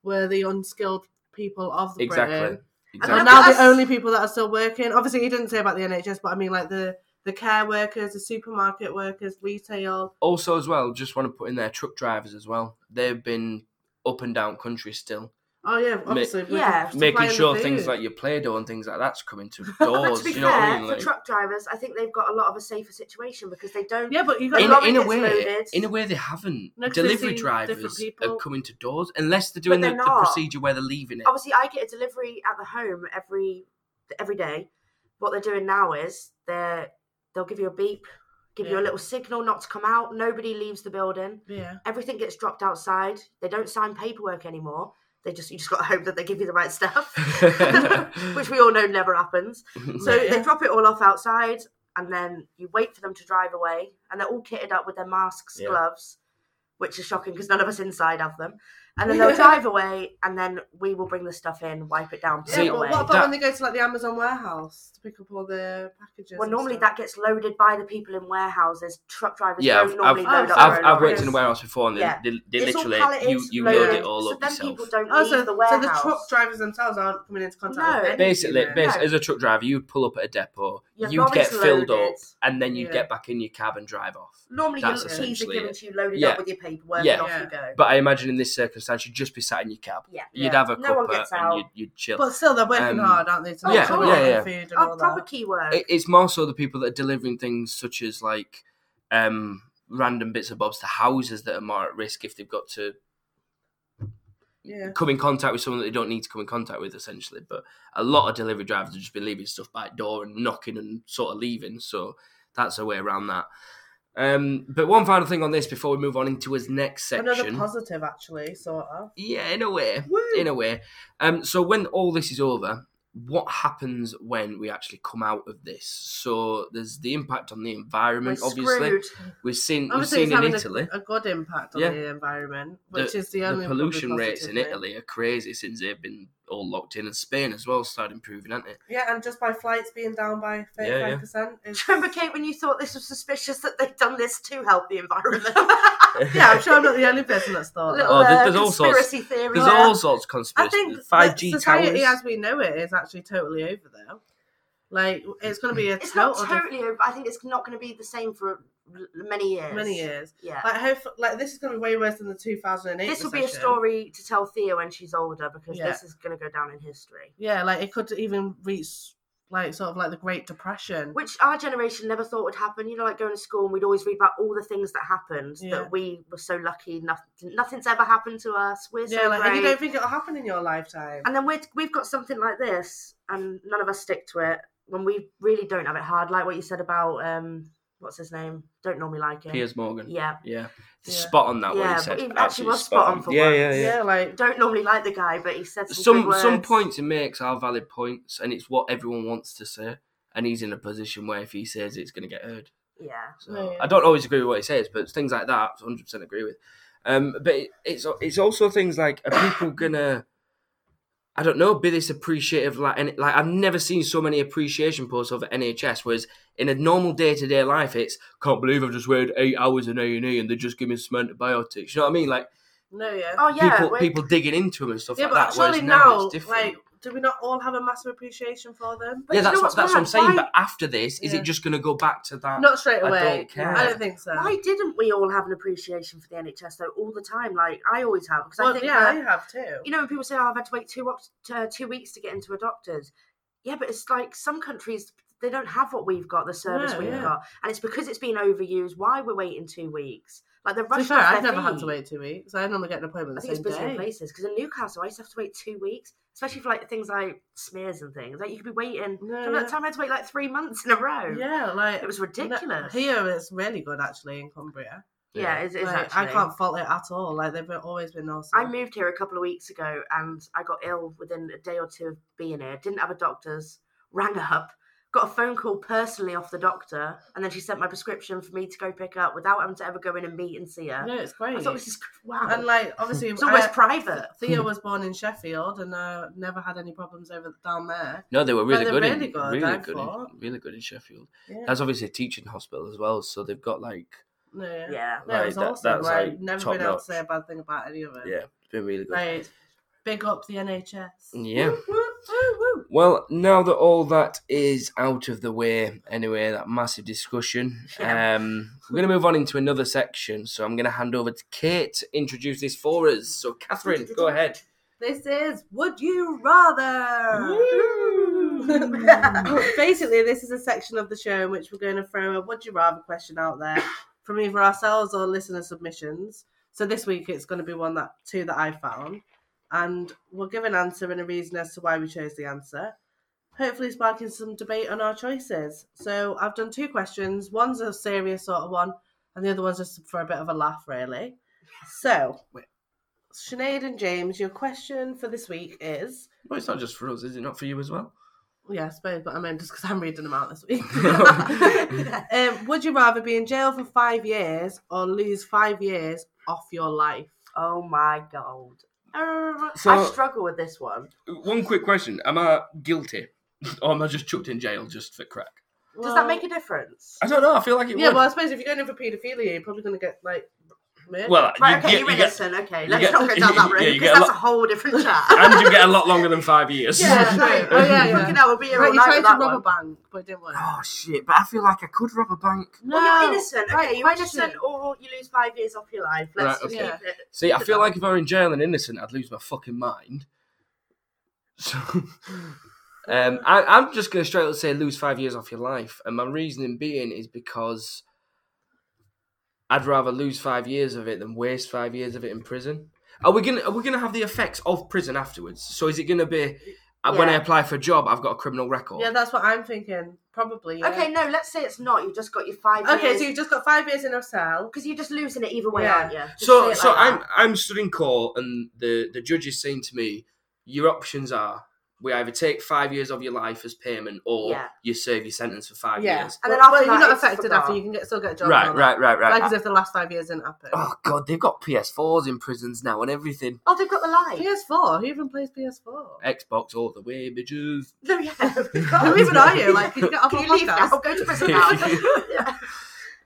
were the unskilled people of but the exactly. Britain, exactly. and But now that's- the only people that are still working. Obviously, he didn't say about the NHS, but I mean like the the care workers, the supermarket workers, retail. Also, as well, just want to put in there truck drivers as well. They've been up and down country still, Oh yeah, obviously, we yeah, can supply making them sure food. things like your play doh and things like that's coming to But doors. to be you know what I fair, mean? for Like, truck drivers, I think they've got a lot of a safer situation because they don't. yeah, but you got the in, lorry in a gets way, loaded. in a way, they haven't. No, 'cause they Delivery see different drivers are people. coming to doors unless they're doing the, they're the not. procedure where they're leaving it. obviously I get a delivery at the home every every day. What they're doing now is they're they'll give you a beep, give you Yeah. a little signal not to come out. Nobody leaves the building. yeah. Everything gets dropped outside. They don't sign paperwork anymore. They just you just got to hope that they give you the right stuff, which we all know never happens. So Right, yeah. they drop it all off outside, and then you wait for them to drive away, and they're all kitted up with their masks, Yeah. gloves, which is shocking because none of us inside have them. And then they'll drive away, and then we will bring the stuff in, wipe it down, put See, it yeah, but away. what about that- when they go to like the Amazon warehouse to pick up all the packages? well, and normally stuff? that gets loaded by the people in warehouses. Truck drivers Yeah, I've- don't normally I've- load up. I've, their own I've worked in a lorries. warehouse before, and they, Yeah. they, they It's all literally palleted, you, you load loaded, it all so up then yourself. people don't Oh, leave so, the so warehouse. the truck drivers themselves aren't coming into contact. No. with anything, Basically, yeah. bas- No. as a truck driver, you'd pull up at a depot, Your you'd get lorry's filled up, loaded. and then you'd Yeah. get back in your cab and drive off. Normally, your That's keys are essentially given it. to you, loaded Yeah. up with your paperwork, Yeah. and off you Yeah. go. But I imagine in this circumstance, you'd just be sat in your cab. yeah. You'd Yeah. have a No one cuppa gets and out. you'd, you'd chill. But still, they're working Um, hard, aren't they? To Oh, make yeah, sure yeah, they've got yeah. food and Oh, all proper that. keyword. It- it's more so the people that are delivering things such as like um, random bits of bobs to houses that are more at risk if they've got to Yeah. come in contact with someone that they don't need to come in contact with, essentially. But a lot of delivery drivers have just been leaving stuff by door and knocking and sort of leaving. So that's a way around that. Um, but one final thing on this before we move on into his next Another section. positive, actually, sort of. Yeah, in a way. Woo! In a way. Um, so when all this is over, what happens when we actually come out of this? So there's the impact on the We're environment, obviously. screwed. We've seen Obviously, we've it's seen in having a- Italy. a good impact on Yeah. the environment, which is the the only probably pollution rates in positive thing. Italy are crazy since they've been all locked in, and Spain as well started improving, hasn't it? Yeah, and just by flights being down by Yeah, yeah. 35%. Is... Do you remember, Kate, when you thought this was suspicious that they'd done this to help the environment? yeah, I'm sure I'm not the only person that's thought that. Little, Oh, there- uh, there's all sorts- conspiracy theory. There's there. all sorts of I conspiracy. think Five G that society towers. as we know it is actually totally over, though. Like, it's going to be a It's total not totally over. I think it's not going to be the same for l- many years. different- many years. Yeah. Like, hopefully, like this is going to be way worse than the 2008. this will be a recession. story to tell Thea when she's older because Yeah. this is going to go down in history. Yeah, like it could even reach like sort of like the Great Depression. Which our generation never thought would happen. You know, like going to school and we'd always read about all the things that happened Yeah. that we were so lucky. Nothing, nothing's ever happened to us. We're yeah, so like great. and you don't think it'll happen in your lifetime. and then we're, we've got something like this, and none of us stick to it when we really don't have it hard. Like what you said about um, what's his name? Don't normally like him. Piers Morgan. Yeah. Yeah, Yeah. Spot on that one. Yeah, he said. but he actually Absolutely was spot on for yeah, once. yeah, yeah. yeah, like don't normally like the guy, but he said some good some words. some points he makes are valid points, and it's what everyone wants to say. And he's in a position where if he says it, it's going to get heard. Yeah, So Yeah. I don't always agree with what he says, but things like that, hundred percent agree with. Um, but it, it's it's also things like are people gonna, I don't know, be this appreciative like and like I've never seen so many appreciation posts over NHS. Whereas in a normal day to day life, it's can't believe I've just waited eight hours in A and E and they just give me some antibiotics. You know what I mean? Like no, yeah, Oh yeah, people we're- people digging into him and stuff yeah, like but that. surely whereas now, now, it's different. like, do we not all have a massive appreciation for them? But yeah, you know that's what, what's that's what I'm mad? saying. Why- But after this, is Yeah. it just going to go back to that? Not straight I away. don't care. I don't think uh, so. Why didn't we all have an appreciation for the NHS though all the time? Like I always have because I Well, think yeah, that, I have too. you know when people say oh, I've had to wait two ox- uh, two weeks to get into a doctor's. Yeah, but it's like some countries they don't have what we've got, the service No, we've yeah. got, and it's because it's been overused. Why we're waiting two weeks? Like they're to be rushing. fair, off I've their never had to feet. wait two weeks. I normally get an appointment I the think it's same busy in day. places because in Newcastle I used to have to wait two weeks, especially for like things like smears and things. Like you could be waiting. No, Remember yeah. that time I had to wait like three months in a row. Yeah, like It was no- ridiculous. Here, it's really good actually in Cumbria. Yeah, it's, it's Like, I actually- can't fault it at all. Like they've been- always been awesome. I moved here a couple of weeks ago and I got ill within a day or two of being here. Didn't have a doctor's, rang up, got a phone call personally off the doctor, and then she sent my prescription for me to go pick up without having to ever go in and meet and see her. no, it's great. I thought this is wow. and like obviously, it's always I- private. Theo was born in Sheffield and uh, never had any problems over down there. No, they were really they're good. in- really good, Really I've good. In, thought. really good in Sheffield. Yeah. That's obviously a teaching hospital as well, so they've got like no, yeah. Yeah. No, Like, it's that- awesome. that's, like, like, never top been able to notch. say a bad thing about any of it. yeah, it's been really good. Like, big up the NHS. Yeah. Woo, woo, woo, woo. Well, now that all that is out of the way, anyway, that massive discussion, Yeah. um, we're going to move on into another section. So I'm going to hand over to Kate to introduce this for us. So, Catherine, go ahead. This is Would You Rather? Basically, this is a section of the show in which we're going to throw a would you rather question out there from either ourselves or listener submissions. So this week it's going to be one that two that I found, and we'll give an answer and a reason as to why we chose the answer. Hopefully, sparking some debate on our choices. So I've done two questions. One's a serious sort of one, and the other one's just for a bit of a laugh, really. So, Sinead and James, your question for this week is. Well, it's not just for us, is it? Not for you as well? Yeah, I suppose, but I mean, just because I'm reading them out this week. um, would you rather be in jail for five years or lose five years off your life? Oh my god. Uh, I So- struggle with this one. One quick question Am I guilty? Or am I just chucked in jail just for crack? Does that make a difference? I don't know. I feel like it Yeah, would. well, I suppose if you're going in for paedophilia, you're probably going to get like murdered. Well, Right, you okay, get- you're you get- innocent. okay, you let's get- not go down that road yeah, you because get a that's lot- a whole different chat. Oh, and you get a lot longer than five years. Yeah, true. Oh, yeah, yeah. Fucking hell, we'll be here right, all you night tried with to that rob one. a bank, but it didn't work. Oh shit! But I feel like I could rob a bank. no, Well, you're innocent. Right, okay, you're question. innocent, or you lose five years off your life. Let's Right, just okay. keep it. See, I feel like if I were in jail and innocent, I'd lose my fucking mind. So, um, I, I'm just gonna straight up say lose five years off your life, and my reasoning being is because I'd rather lose five years of it than waste five years of it in prison. Are we gonna are we gonna have the effects of prison afterwards? So is it gonna be uh, when I Yeah. apply for a job, I've got a criminal record? Yeah, that's what I'm thinking. Probably. yeah. Okay, no, let's say it's not. You've just got your five Okay, years. so you've just got five years in a cell. Because you're just losing it either way, Yeah. aren't you? Just say So, it so like I'm that. I'm stood in court, and the the judge is saying to me, "Your options are we either take five years of your life as payment or Yeah. you serve your sentence for five Yeah. years. And then Well, after you're that, not it's affected forgotten. after you can get still get a job. Right, and all right, right, that. right. Like as if the last five years didn't happen. oh god, they've got PS4s in prisons now and everything. Oh, they've got the light. PS4. Who even plays PS4? Xbox all the way, bitches. No, yeah. Who even are you? Like, you get off Can on you leave now? podcast. Go to prison now. Yeah.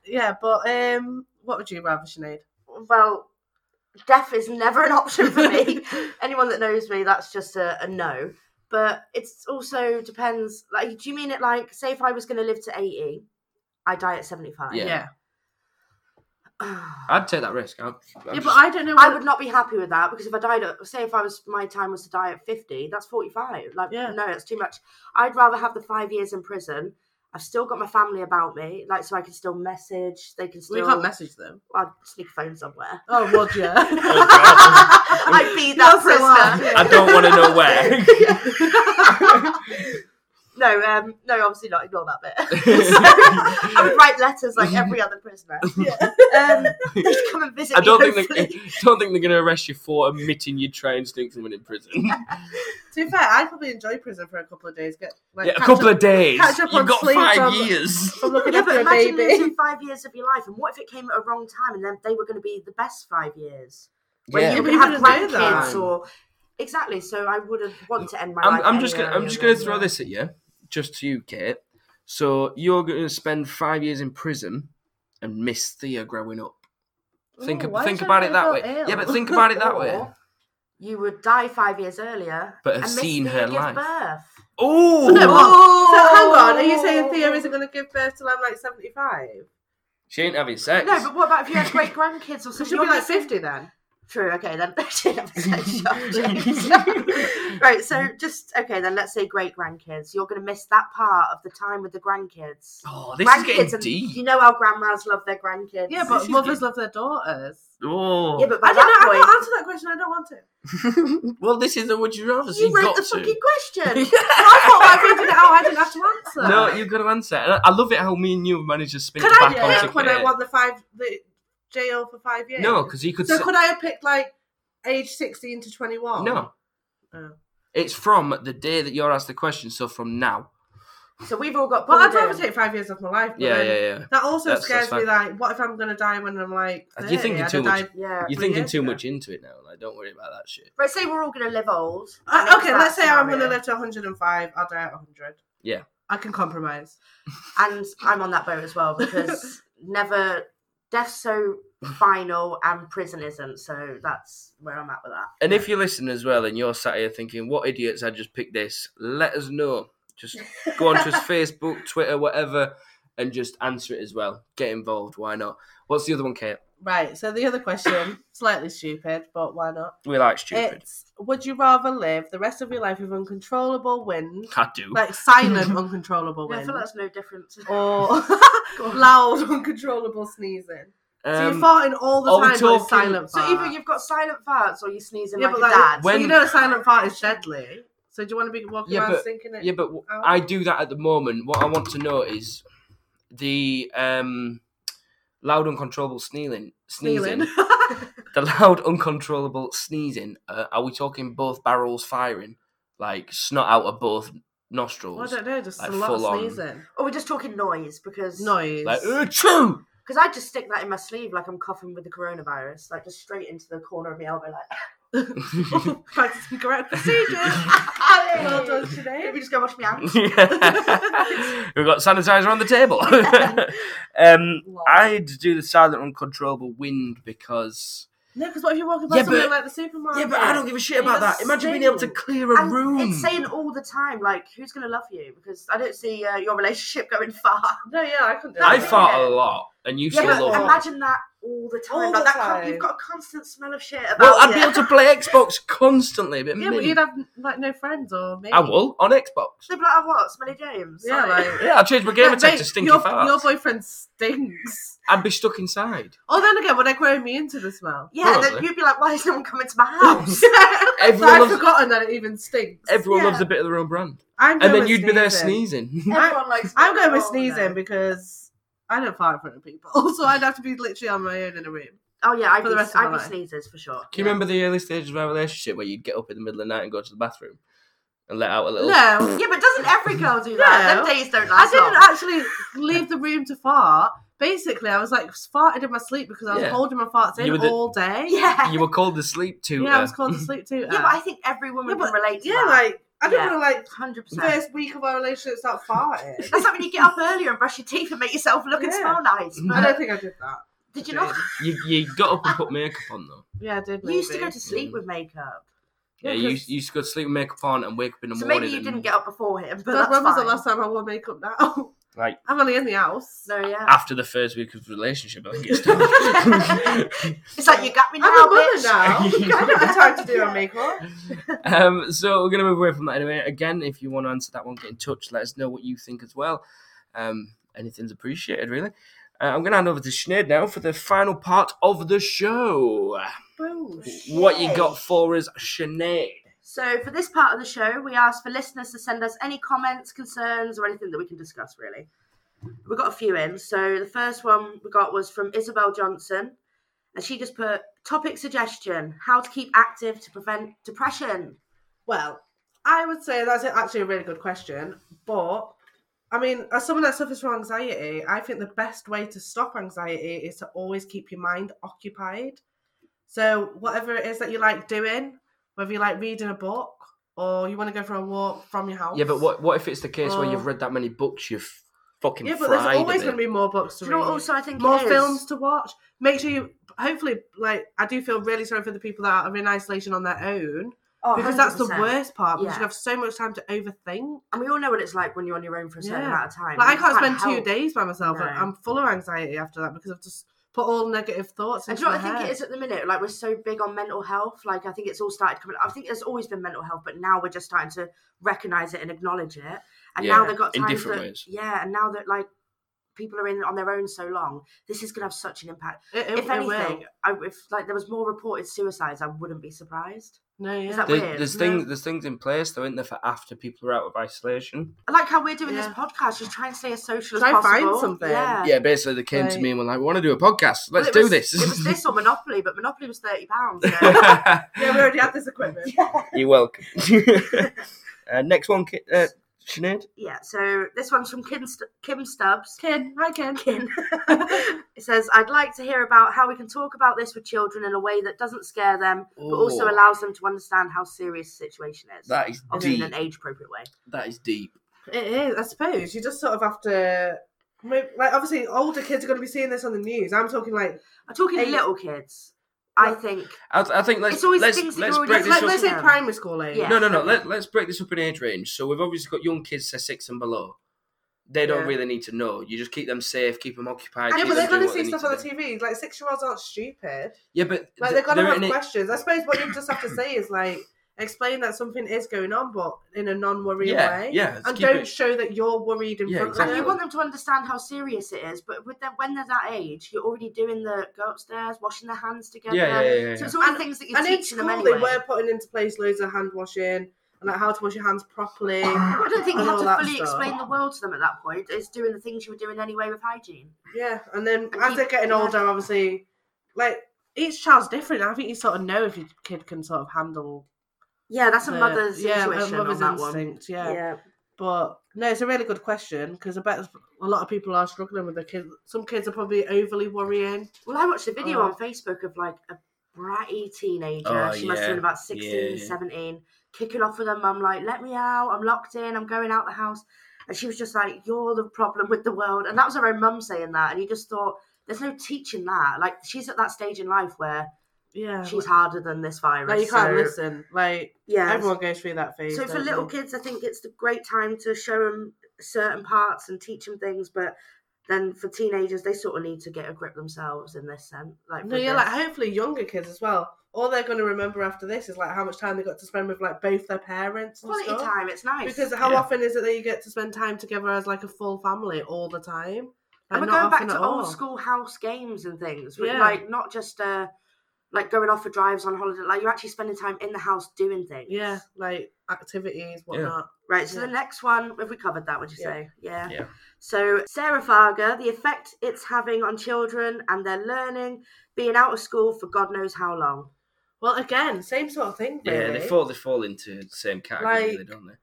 Yeah, but um, what would you rather, Sinead? Well, death is never an option for me. Anyone that knows me, that's just a, a no. But it's also depends. Like, do you mean it? Like, say if I was going to live to eighty, I die at seventy-five. Oh, Yeah. yeah. I I'd take that risk. I'd, I'd yeah, just- but I don't know. What, would not be happy with that because if I died, at, say if I was my time was to die at fifty, that's forty-five. Like, Yeah. no, that's too much. I'd rather have the five years in prison. I've still got my family about me, like, so I can still message. They can We still. can't message them. I'd sneak a phone somewhere. Oh, would you? God. I'd be that You're so odd. prisoner. I don't want to know where. no, um, no, obviously not. Ignore that bit. I would write letters like every other prisoner. Um, they'd come and visit I don't me. think they hopefully. don't think they're going to arrest you for admitting you try and sneak someone in prison. to be fair, I'd probably enjoy prison for a couple of days. Get like, yeah, a catch couple up of days. catch up on You've got sleep five from- years. from looking Yeah, after but a imagine baby. losing five years of your life, and what if it came at a wrong time, and then they were going to be the best five years? When Yeah, you but could you have wouldn't know grandkids that. or exactly. So I wouldn't want to end my I'm, life. I'm just any gonna, I'm just earlier going than- to throw this at you, just to you, Kate. So you're going to spend five years in prison and miss Thea growing up. Think Ooh, ab- why think does about it that way. everybody feel Yeah, but ill? think about it that way. Or You would die five years earlier, But have and miss seen the her give life. Birth. Oh, No, So Oh. hang on, are you saying Theo isn't going to give birth till I'm like 75? she ain't having sex. No, but what about if you had great grandkids or So something? she'll be like 50 then. True. Okay, then. right. So just okay. Then let's say great grandkids. You're going to miss that part of the time with the grandkids. oh, this is grandkids getting and deep. you know how grandmas love their grandkids. Yeah, This but is mothers good. love their daughters. oh, yeah, but by I don't that know. I point, can't answer that question. I don't want to. well, this is the would you rather. so you you've got wrote the to. fucking question. I thought I figured it out. oh, I didn't have to answer. No, you've got to answer. And I- I love it how me and you have managed to spin Can it I back pick onto when I Kate. want the five the jail for five years? No, because he could. So say- could I have picked like age sixteen to twenty one? no, Oh. it's from the day that you're asked the question. So from now. So we've all got. Well, I'd pulled in. rather take five years off my life. But Yeah, then yeah, yeah. That also That's- scares that's me. Like, what if I'm gonna die when I'm like? You're 30? thinking I too don't much. die- Yeah. You're three thinking years too ago. much into it now. Like, don't worry about that shit. Right. Say we're all going to live old. Uh, And it's okay, that let's say I'm scenario. gonna live to 105. I'll die at 100. Yeah. I can compromise. and I'm on that boat as well because never death's so final and prison isn't. So that's where I'm at with that. And if you listen as well, and you're sat here thinking, "What idiots! I just picked this." Let us know. Just go on to us Facebook, Twitter, whatever, and just answer it as well. Get involved. Why not? What's the other one, Kate? Right. So the other question, slightly stupid, but why not? We like stupid. It's would you rather live the rest of your life with uncontrollable wind, I do. like silent uncontrollable Yeah, I wind, feel that's no different. or loud uncontrollable sneezing? so you're Um, farting all the are we time, but it's talking- silent So fart. either you've got silent farts or you're sneezing yeah, like but a like, dad. When- so you know a silent fart is deadly. So do you want to be walking Yeah, around but- thinking it? Oh. Yeah, but w- I do that at the moment. What I want to know is the um, loud, uncontrollable sneezing. Sneezing. the loud, uncontrollable sneezing. Uh, are we talking both barrels firing, like snot out of both Well, I nostrils? don't know, just Like a lot of full on. sneezing. Or we're just talking noise because Noise. Like uh, achoo! because I just stick that in my sleeve like I'm coughing with the coronavirus, like just straight into the corner of my elbow, like. Oh, Practicing correct procedures. well done, Can Sinead. we just go wash me hands? We've got sanitizer on the table. um, I'd do the silent, uncontrollable wind because. No, because what if you're walking by Yeah, something but- like the supermarket? Yeah, but I don't give a shit It about does that. Imagine being able to sting. clear a And room. It's saying all the time, like, who's going to love you? Because I don't see uh, your relationship going far. No, yeah, I couldn't do I that. fart a lot, and you Yeah, still but love it. imagine that all the time. All like the that con- time. you've got a constant smell of shit about Well, I'd be you. able to play Xbox constantly, but Yeah, me, but you'd have like no friends or me. I will on Xbox. They'd be like, oh, what? Smelly James? Yeah, Sorry. like- Yeah, I'll change my game Like, attack mate, to stinky your, fart. Your boyfriend stinks. I'd be stuck inside. Oh, then again, would I grow immune to the smell? Yeah, and then Probably. you'd be like, why is no one coming to my house? So Everyone I've loves, forgotten that it even stinks. everyone yeah. loves a bit of their own brand, I'm and going then with you'd be there sneezing. sneezing. Everyone likes I'm going with Oh, no. sneezing because I don't fart in front of people, so I'd have to be literally on my own in a room. Oh, yeah, I'd For be, the rest of I'd my be life. sneezers for sure. Can you remember the early stages of our relationship where you'd get up in the middle of the night and go to the bathroom? and let out a little. No, Yeah, but doesn't every girl do that? No. Them days don't I last didn't long. actually leave the room to fart. Basically, I was like farted in my sleep because I was Yeah. holding my farts You were in the- all day. Yeah. You were called the sleep tutor. yeah, I was called to sleep too. Yeah, but I think every woman Yeah, can relate to yeah, that. like I don't Yeah. want to like Hundred percent. first week of our relationship start farting. That's like when you get up earlier and brush your teeth and make yourself look and Yeah. smell nice. I But uh, don't think I did that. did you not? you, you got up and put makeup on though. Yeah, I did. You used to maybe. go to sleep with makeup, Yeah, you, Yeah, 'cause- you used to go to sleep with makeup on and wake up in the so morning. maybe you and- didn't get up before him. But God, that's when was the fine. last time I wore makeup? Now Like- I'm only in the house. No, yeah. after the first week of relationship. I think it's done. It's like you got me now, I'm a mother bitch. now. I don't have time to do Yeah. my makeup. um, so we're going to move away from that anyway. Again, if you want to answer that one, get in touch. Let us know what you think as well. Um, anything's appreciated, really. Uh, I'm going to hand over to Sinead now for the final part of the show. Boom. What you Yay. got for us, Sinead? So for this part of the show, we asked for listeners to send us any comments, concerns, or anything that we can discuss. Really, we got a few in. So the first one we got was from Isabel Johnson, and she just put topic suggestion: how to keep active to prevent depression. Well, I would say that's actually a really good question, but I mean, as someone that suffers from anxiety, I think the best way to stop anxiety is to always keep your mind occupied. So, whatever it is that you like doing, whether you like reading a book or you want to go for a walk from your house. Yeah, but what what if it's the case where Oh. you've read that many books, you've fucking Yeah, but fried there's always of going it? to be more books to Do you know read. what? Also, I think more it is? films to watch. Make sure you, hopefully, like, I do feel really sorry for the people that are in isolation on their own Oh, because that's the 100%. worst part because Yeah. you have so much time to overthink. And we all know what it's like when you're on your own for a certain Yeah. amount of time. Like I You can't spend two help. days by myself. No. I'm full of anxiety after that because I've just put all negative thoughts And do into you know my what I think head. it is at the minute? Like we're so big on mental health. Like I think it's all started coming. I think there's always been mental health, but now we're just starting to recognize it and acknowledge it. And Yeah, now they've got in times different that, ways. Yeah, and now that like people are in on their own so long, this is going to have such an impact. It- it- it If will. anything, I, if like there was more reported suicides, I wouldn't be surprised. no, yeah. that- There- weird, there's isn't it? things there's things in place though, isn't there, for after people are out of isolation. I like how we're doing Yeah. this podcast, just trying to stay as social Try as and find possible. something. Yeah. Yeah, basically they came to Right. me and were like, "We want to do a podcast. Let's Well, it do was- this." It was this or Monopoly, but Monopoly was thirty pounds. Yeah. yeah, we already had this equipment. You're welcome. uh, next one, Ki- uh, Sinead. yeah. So this one's from Kim, St- Kim Stubbs. Ken, hi Ken. Kin. it says, I'd like to hear about how we can talk about this with children in a way that doesn't scare them, but also Oh. allows them to understand how serious the situation is. That is Obviously, deep. in an age appropriate way. That is deep. It is, I suppose. You just sort of have to. maybe- Like obviously, older kids are going to be seeing this on the news. I'm talking like I'm talking Age- little kids. I think I, th- I think let's It's always let's, things that let's you're break already- this like, up. let's say Yeah. primary school age. Yeah. No, no, no. Let, let's break this up in age range. So we've obviously got young kids, say six and below. They don't Yeah. really need to know. You just keep them safe, keep them occupied. Yeah, keep but them they're going doing to what they see need stuff on the do. TV. Like six year olds aren't stupid. Yeah, but Like th- they're gonna they're have in it- questions. I suppose what you just have to say is like explain that something is going on, but in a non-worrying Yeah, way. yeah, just And keep don't it- show that you're worried in Yeah, front exactly. And of you them. want them to understand how serious it is, but with them, when they're that age, you're already doing the go upstairs, washing their hands together. Yeah, yeah, yeah, yeah, So yeah. it's all And- the things that you're And in teaching school, them anyway. they were putting into place loads of hand washing and like how to wash your hands properly. I don't think you and had all to that fully stuff. explain the world to them at that point. It's doing the things you were doing anyway with hygiene. yeah, and then And as keep- they're getting yeah. older, obviously, like each child's different. I think you sort of know if your kid can sort of handle. Yeah, that's a the- mother's yeah, a intuition mother's on that instinct. one. Yeah. But no, it's a really good question because I bet a lot of people are struggling with the kids. Some kids are probably overly worrying. Well, I watched a video Oh. on Facebook of like a bratty teenager. Oh, she must yeah. have been about 16, Yeah. 17, kicking off with her mum, like, let me out. I'm locked in. I'm going out the house. And she was just like, you're the problem with the world. And that was her own mum saying that. And you just thought, there's no teaching that. Like, she's at that stage in life where Yeah, she's harder than this virus. like you can't so- listen. Like Yeah. everyone goes through that phase. So for don't little they? kids, I think it's the great time to show them certain parts and teach them things, but then for teenagers, they sort of need to get a grip themselves in this sense. Like, no, with yeah, like this. hopefully younger kids as well. All they're going to remember after this is like how much time they got to spend with like both their parents and quality stuff. time. It's nice Because how Yeah. often is it that you get to spend time together as like a full family all the time? and we're Like, going not back often to at old all. school house games and things, with, Yeah. like not just uh, like going off for drives on holiday. Like you're actually spending time in the house doing things. Yeah, like activities, whatnot. Right. So the Yeah. next one, have we covered that? Would you Yeah. say? Yeah. Yeah. So Sarah Farga, the effect it's having on children and their learning, being out of school for God knows how long. Well, again, same sort of thing. Really. Yeah, they fall they fall into the same category, Like- really, don't they?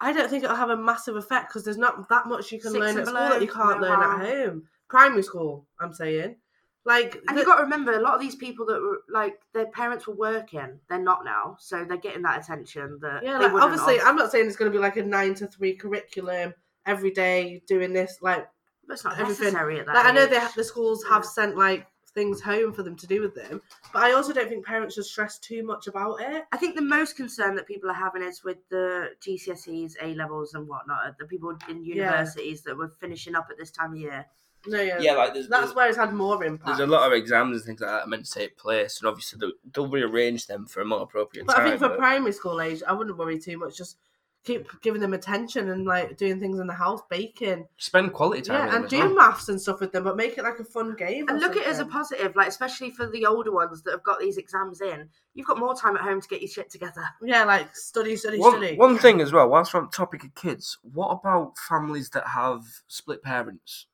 I don't think it'll have a massive effect because there's not that much you can Six learn and at school below, that you can't no, learn wow. at home. Primary school, I'm saying. Like, And the- you got to remember, a lot of these people that were like their parents were working, they're not now, so they're getting that attention that yeah, they like, wouldn't obviously, have. I'm not saying it's going to be like a nine to three curriculum every day doing this. Like, But it's not everything- necessary at that. like I know age. they ha- the schools have Yeah. sent like things home for them to do with them, but I also don't think parents should stress too much about it. I think the most concern that people are having is with the GCSEs, A levels, and whatnot. The people in universities that were finishing up at this time of year. No, yeah, Yeah, like there's, that's there's, where it's had more impact. there's a lot of exams and things like that meant to take place, and obviously they'll, they'll rearrange them for a more appropriate But I time. think for but- primary school age, I wouldn't worry too much. Just keep giving them attention and like doing things in the house, baking, spend quality time. with yeah, them and as do well. maths and stuff with them, but make it like a fun game. And or look at it as a something. positive, like especially for the older ones that have got these exams in. You've got more time at home to get your shit together. yeah, like study, study, One, study. one thing as well, whilst we're on the topic of kids, what about families that have split parents?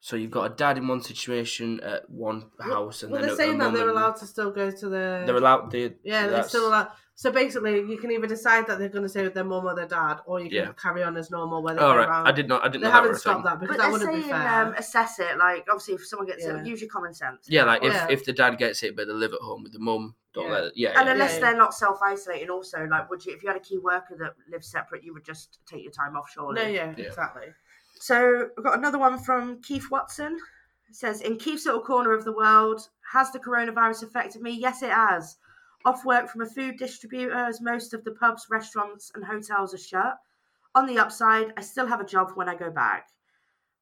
So you've got a dad in one situation at one house, and well, then a- they're a saying that mum they're and- allowed to still go to the. They're allowed. They, yeah, they're that's- still allowed. So basically, you can either decide that they're going to stay with their mum or their dad, or you can Yeah. carry on as normal. Whether All they're right, around. I did not. I didn't. They know that haven't were a stopped thing. that because that But they're wouldn't saying be fair. um, assess it. Like obviously, if someone gets Yeah. it, use your common sense. Yeah, like if, Yeah. if the dad gets it, but they live at home with the mum. Don't Yeah. let. Yeah, And yeah, unless yeah. they're not self isolating, also, like, would you, if you had a key worker that lives separate, you would just take your time off, surely? no, yeah, Yeah. exactly. So we've got another one from Keith Watson. It says, In Keith's little corner of the world, has the coronavirus affected me? Yes, it has. Off work from a food distributor as most of the pubs, restaurants, and hotels are shut. On the upside, I still have a job when I go back.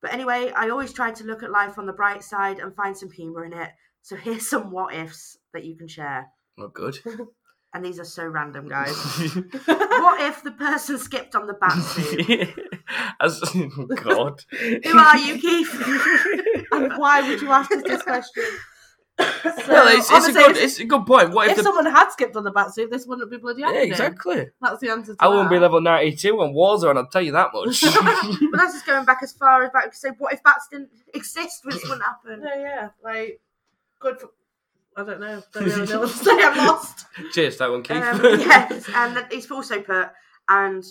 But anyway, I always try to look at life on the bright side and find some humour in it. So here's some what ifs that you can share. not good. And these are so random, guys. what if the person skipped on the bat suit? As oh, God. Who are you, Keith? and why would you ask us this question? So, Well, it's, it's a honestly, good. if- It's a good point. What if, if the? someone had skipped on the bat suit, this wouldn't be bloody yeah, happening. exactly. That's the answer to I wouldn't be that. level ninety-two on Warzone. I'll tell you that much. But that's just going back as far as back. So what if bats didn't exist? Which wouldn't happen. No, yeah, like good. For, I don't know. Don't really know what to say. I'm lost. Cheers, that one, Keith. Um, yes, and then he's also put and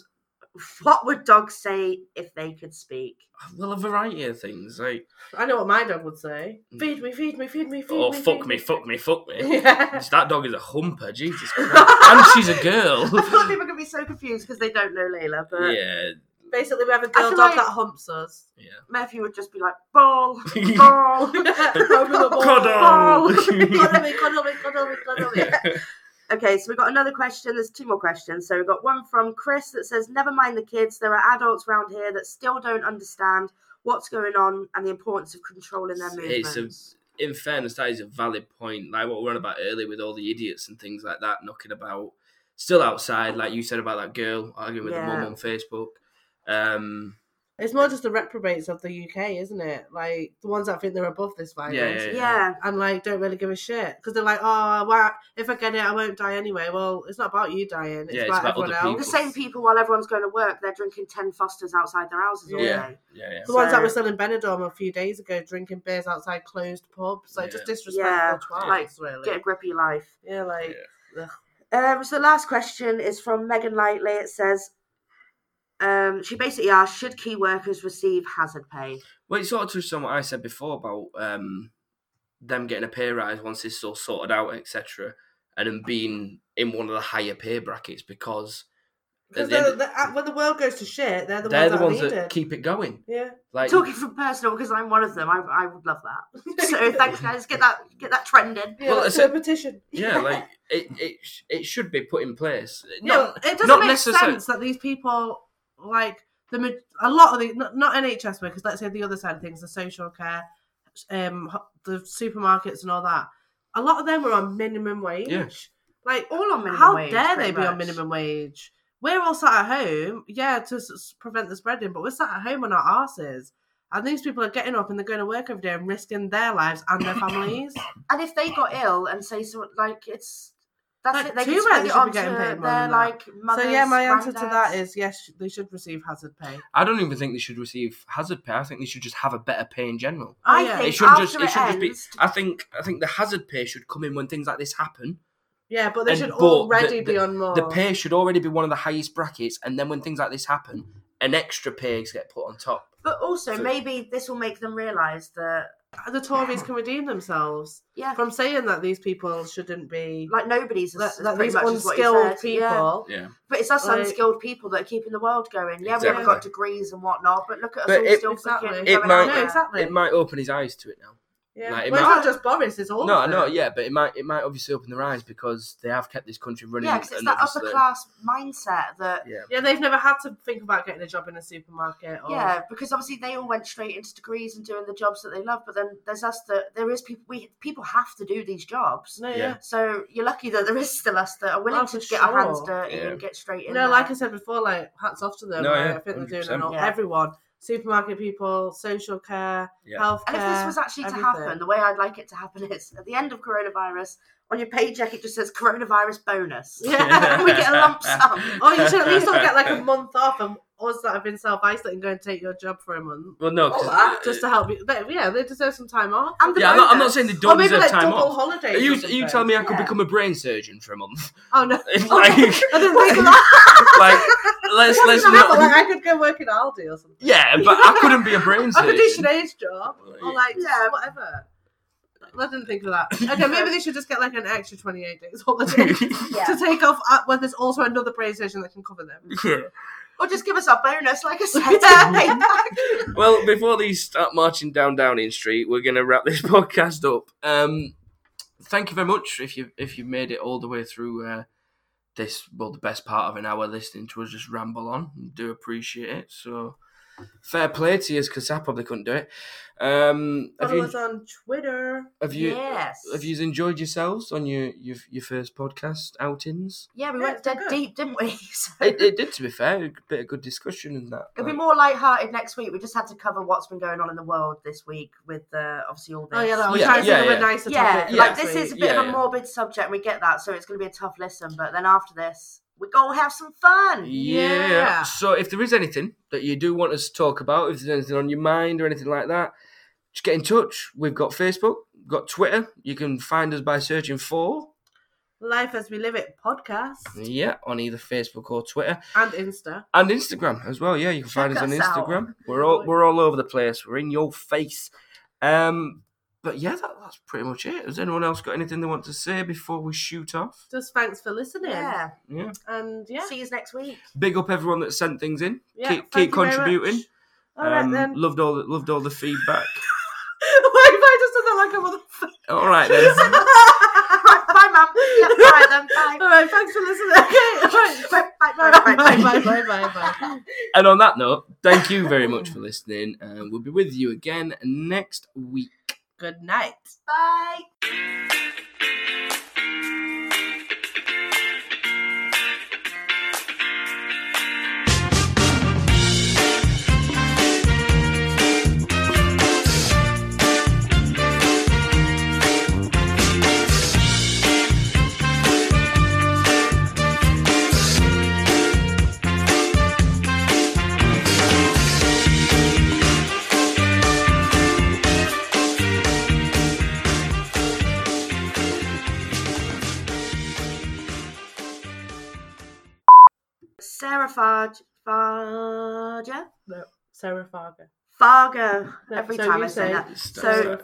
what would dogs say if they could speak? Well, a variety of things like I know what my dog would say. Mm. Feed me, feed me, feed me, feed oh me. fuck feed me, fuck me, fuck me. Yeah. That dog is a humper, Jesus Christ, and she's a girl. I thought people could be so confused because they don't know Layla, but Yeah, Basically, we have a girl feel dog like- that humps us. Matthew would just be like ball, ball. Throw me the ball. Cuddle. Cuddle me, cuddle me, cuddle me, cuddle me. Okay, so we've got another question. There's two more questions. So we've got one from Chris that says, Never mind the kids, there are adults round here that still don't understand what's going on and the importance of controlling their It's movements. a- in fairness, that is a valid point. Like what we were on about earlier with all the idiots and things like that knocking about, still outside, like you said about that girl arguing with her Yeah. mum on Facebook. Um, It's more just the reprobates of the UK, isn't it? Like the ones that think they're above this violence. Yeah, yeah, yeah. and like don't really give a shit because they're like, oh, well, if I get it, I won't die anyway. Well, it's not about you dying; it's, Yeah, it's about, about everyone other else. people. The same people, while everyone's going to work, they're drinking 10 Fosters outside their houses all Yeah. day. yeah, yeah. The ones that So- were selling Benidorm a few days ago, drinking beers outside closed pubs, like just Yeah. disrespectful Yeah, twats, like, really. Get a grip of your life. yeah, like Um, so the last question is from Megan Lightly. It says, um, She basically asked, Should key workers receive hazard pay? Well, it sort of touched on what I said before about um, them getting a pay rise once this is all sorted out, etc., and them being in one of the higher pay brackets because because At the end the, the, when the world goes to shit, they're the they're the ones ones that are that needed. keep it going. yeah, Like Talking from personal, because I'm one of them, I, I would love that. so thanks, guys. Get that, get that trending. yeah, Well, well, it's it's a- a petition. yeah, like it, it sh- it should be put in place. Yeah, Not- it doesn't not make necessar- sense that these people like the ma- a lot of the not, not NHS workers. Let's say the other side of things, the social care, um, ho- the supermarkets and all that. A lot of them were on minimum wage. Yeah. Like, All on minimum how wage, dare they pretty be on much. minimum wage? We're all sat at home, yeah, to s- s- prevent the spreading, but we're sat at home on our asses. And these people are getting up and they're going to work every day and risking their lives and their families. And if they got ill and say so, like it's that's Like, it. They two can spread men it should be on to getting paid their more than that. like mothers. so yeah, my answer to that granddads. is yes, they should receive hazard pay. I don't even think they should receive hazard pay. I think they should just have a better pay in general. Oh, I yeah. think It should after just it should ends, just be. I think I think the hazard pay should come in when things like this happen, Yeah, but they And- should but already the- be on more. The pay should already be one of the highest brackets, and then when things like this happen, an extra pay get put on top. But also, So- maybe this will make them realise that, Uh, the Tories can redeem themselves yeah, from saying that these people shouldn't be like nobody's that, as, that pretty these much is what he unskilled said, yeah. people. Yeah, But it's us Like- unskilled people that are keeping the world going. Yeah, we haven't Exactly. got degrees and whatnot, but look at us But all it- still Exactly. fucking It going might- out No, there. exactly. it might open his eyes to it now. Yeah. Like, it well, might- it's not just Boris; it's all. no, I of know, them. yeah, but it might it might obviously open their eyes because they have kept this country running. Yeah, because it's and that upper obviously- class mindset that. Yeah, Yeah, they've never had to think about getting a job in a supermarket. Or, Yeah, because obviously they all went straight into degrees and doing the jobs that they love, but then there's us that there is people we people have to do these jobs. No, Yeah. yeah. So you're lucky that there is still us that are willing Oh, to for get our hands sure. dirty Yeah. and get straight in. No, there. like I said before, like hats off to them. No, like, yeah, I think they're doing 100%. it on Yeah. everyone. Supermarket people, social care, Yeah. healthcare. and if this was actually everything. to happen, the way I'd like it to happen is at the end of coronavirus, on your paycheck it just says coronavirus bonus. Yeah. we get a lump sum. oh, you should at least not get like a month off, and us that have been self isolating go and take your job for a month Well, no, 'cause- All that, just to help you. They, yeah, they deserve some time off. And the Oh, yeah, I'm not, I'm not bonus. saying they or don't maybe deserve like time double off. holidays. Are you or are you something. telling me I could Yeah. become a brain surgeon for a month? Oh no, It's like, I didn't What's think the of that. like let's That's let's not not. happened. like I could go work in Aldi or something. Yeah, but I couldn't be a brain I could do surgeon. Sinead's job or like yeah, whatever. I didn't think of that. Okay, maybe they should just get like an extra twenty eight days holiday. Yeah. to take off at when there's also another brain station that can cover them. yeah. Or just give us our bonus, like I said. Yeah. Well, before these start marching down Downing Street, we're going to wrap this podcast up. Um, thank you very much if you if you made it all the way through uh, this well the best part of an hour listening to us just ramble on. Do appreciate it. So fair play to you because I probably couldn't do it. Um, have Follow you us on Twitter. have you yes. have you enjoyed yourselves on your your, your first podcast outings? Yeah, we Yeah, went it's been dead good. deep, didn't we? So It, it did to be fair, a bit of good discussion and that. it'll be like- more light-hearted next week. We just had to cover what's been going on in the world this week with uh, obviously all this. Oh yeah, that was Yeah, trying to yeah, think of yeah. a nicer yeah, topic. for like next this week. is a bit Yeah, of a yeah. morbid subject. We get that, so it's going to be a tough listen. But then after this, we're gonna have some fun. Yeah. Yeah. So if there is anything that you do want us to talk about, if there's anything on your mind or anything like that, just get in touch. We've got Facebook, we've got Twitter. You can find us by searching for Life as we live it podcast yeah on either Facebook or Twitter and Insta. and Instagram as well. Yeah, you can find us Check on us out. Instagram. We're all we're all over the place. We're in your face. Um, but yeah, that, that's pretty much it. Has anyone else got anything they want to say before we shoot off? Just thanks for listening. Yeah. Yeah. And yeah, See you next week. Big up everyone that sent things in. yeah keep thank keep you very much. contributing. All right um, then. Loved all the, loved all the feedback. Why have I just done that like a motherfucker? All right then. Right, bye, mum. Yeah, bye then. Bye. All right, thanks for listening. Okay, all right. Bye, Bye, bye, bye, bye, bye. bye, bye, bye, bye, bye. and on that note, thank you very much for listening. And we'll be with you again next week. Good night. Bye. Sarah Farge. Farge? No, Sarah Fargo. Fargo. No, Every so time you I say say- that. Stop, So- stop.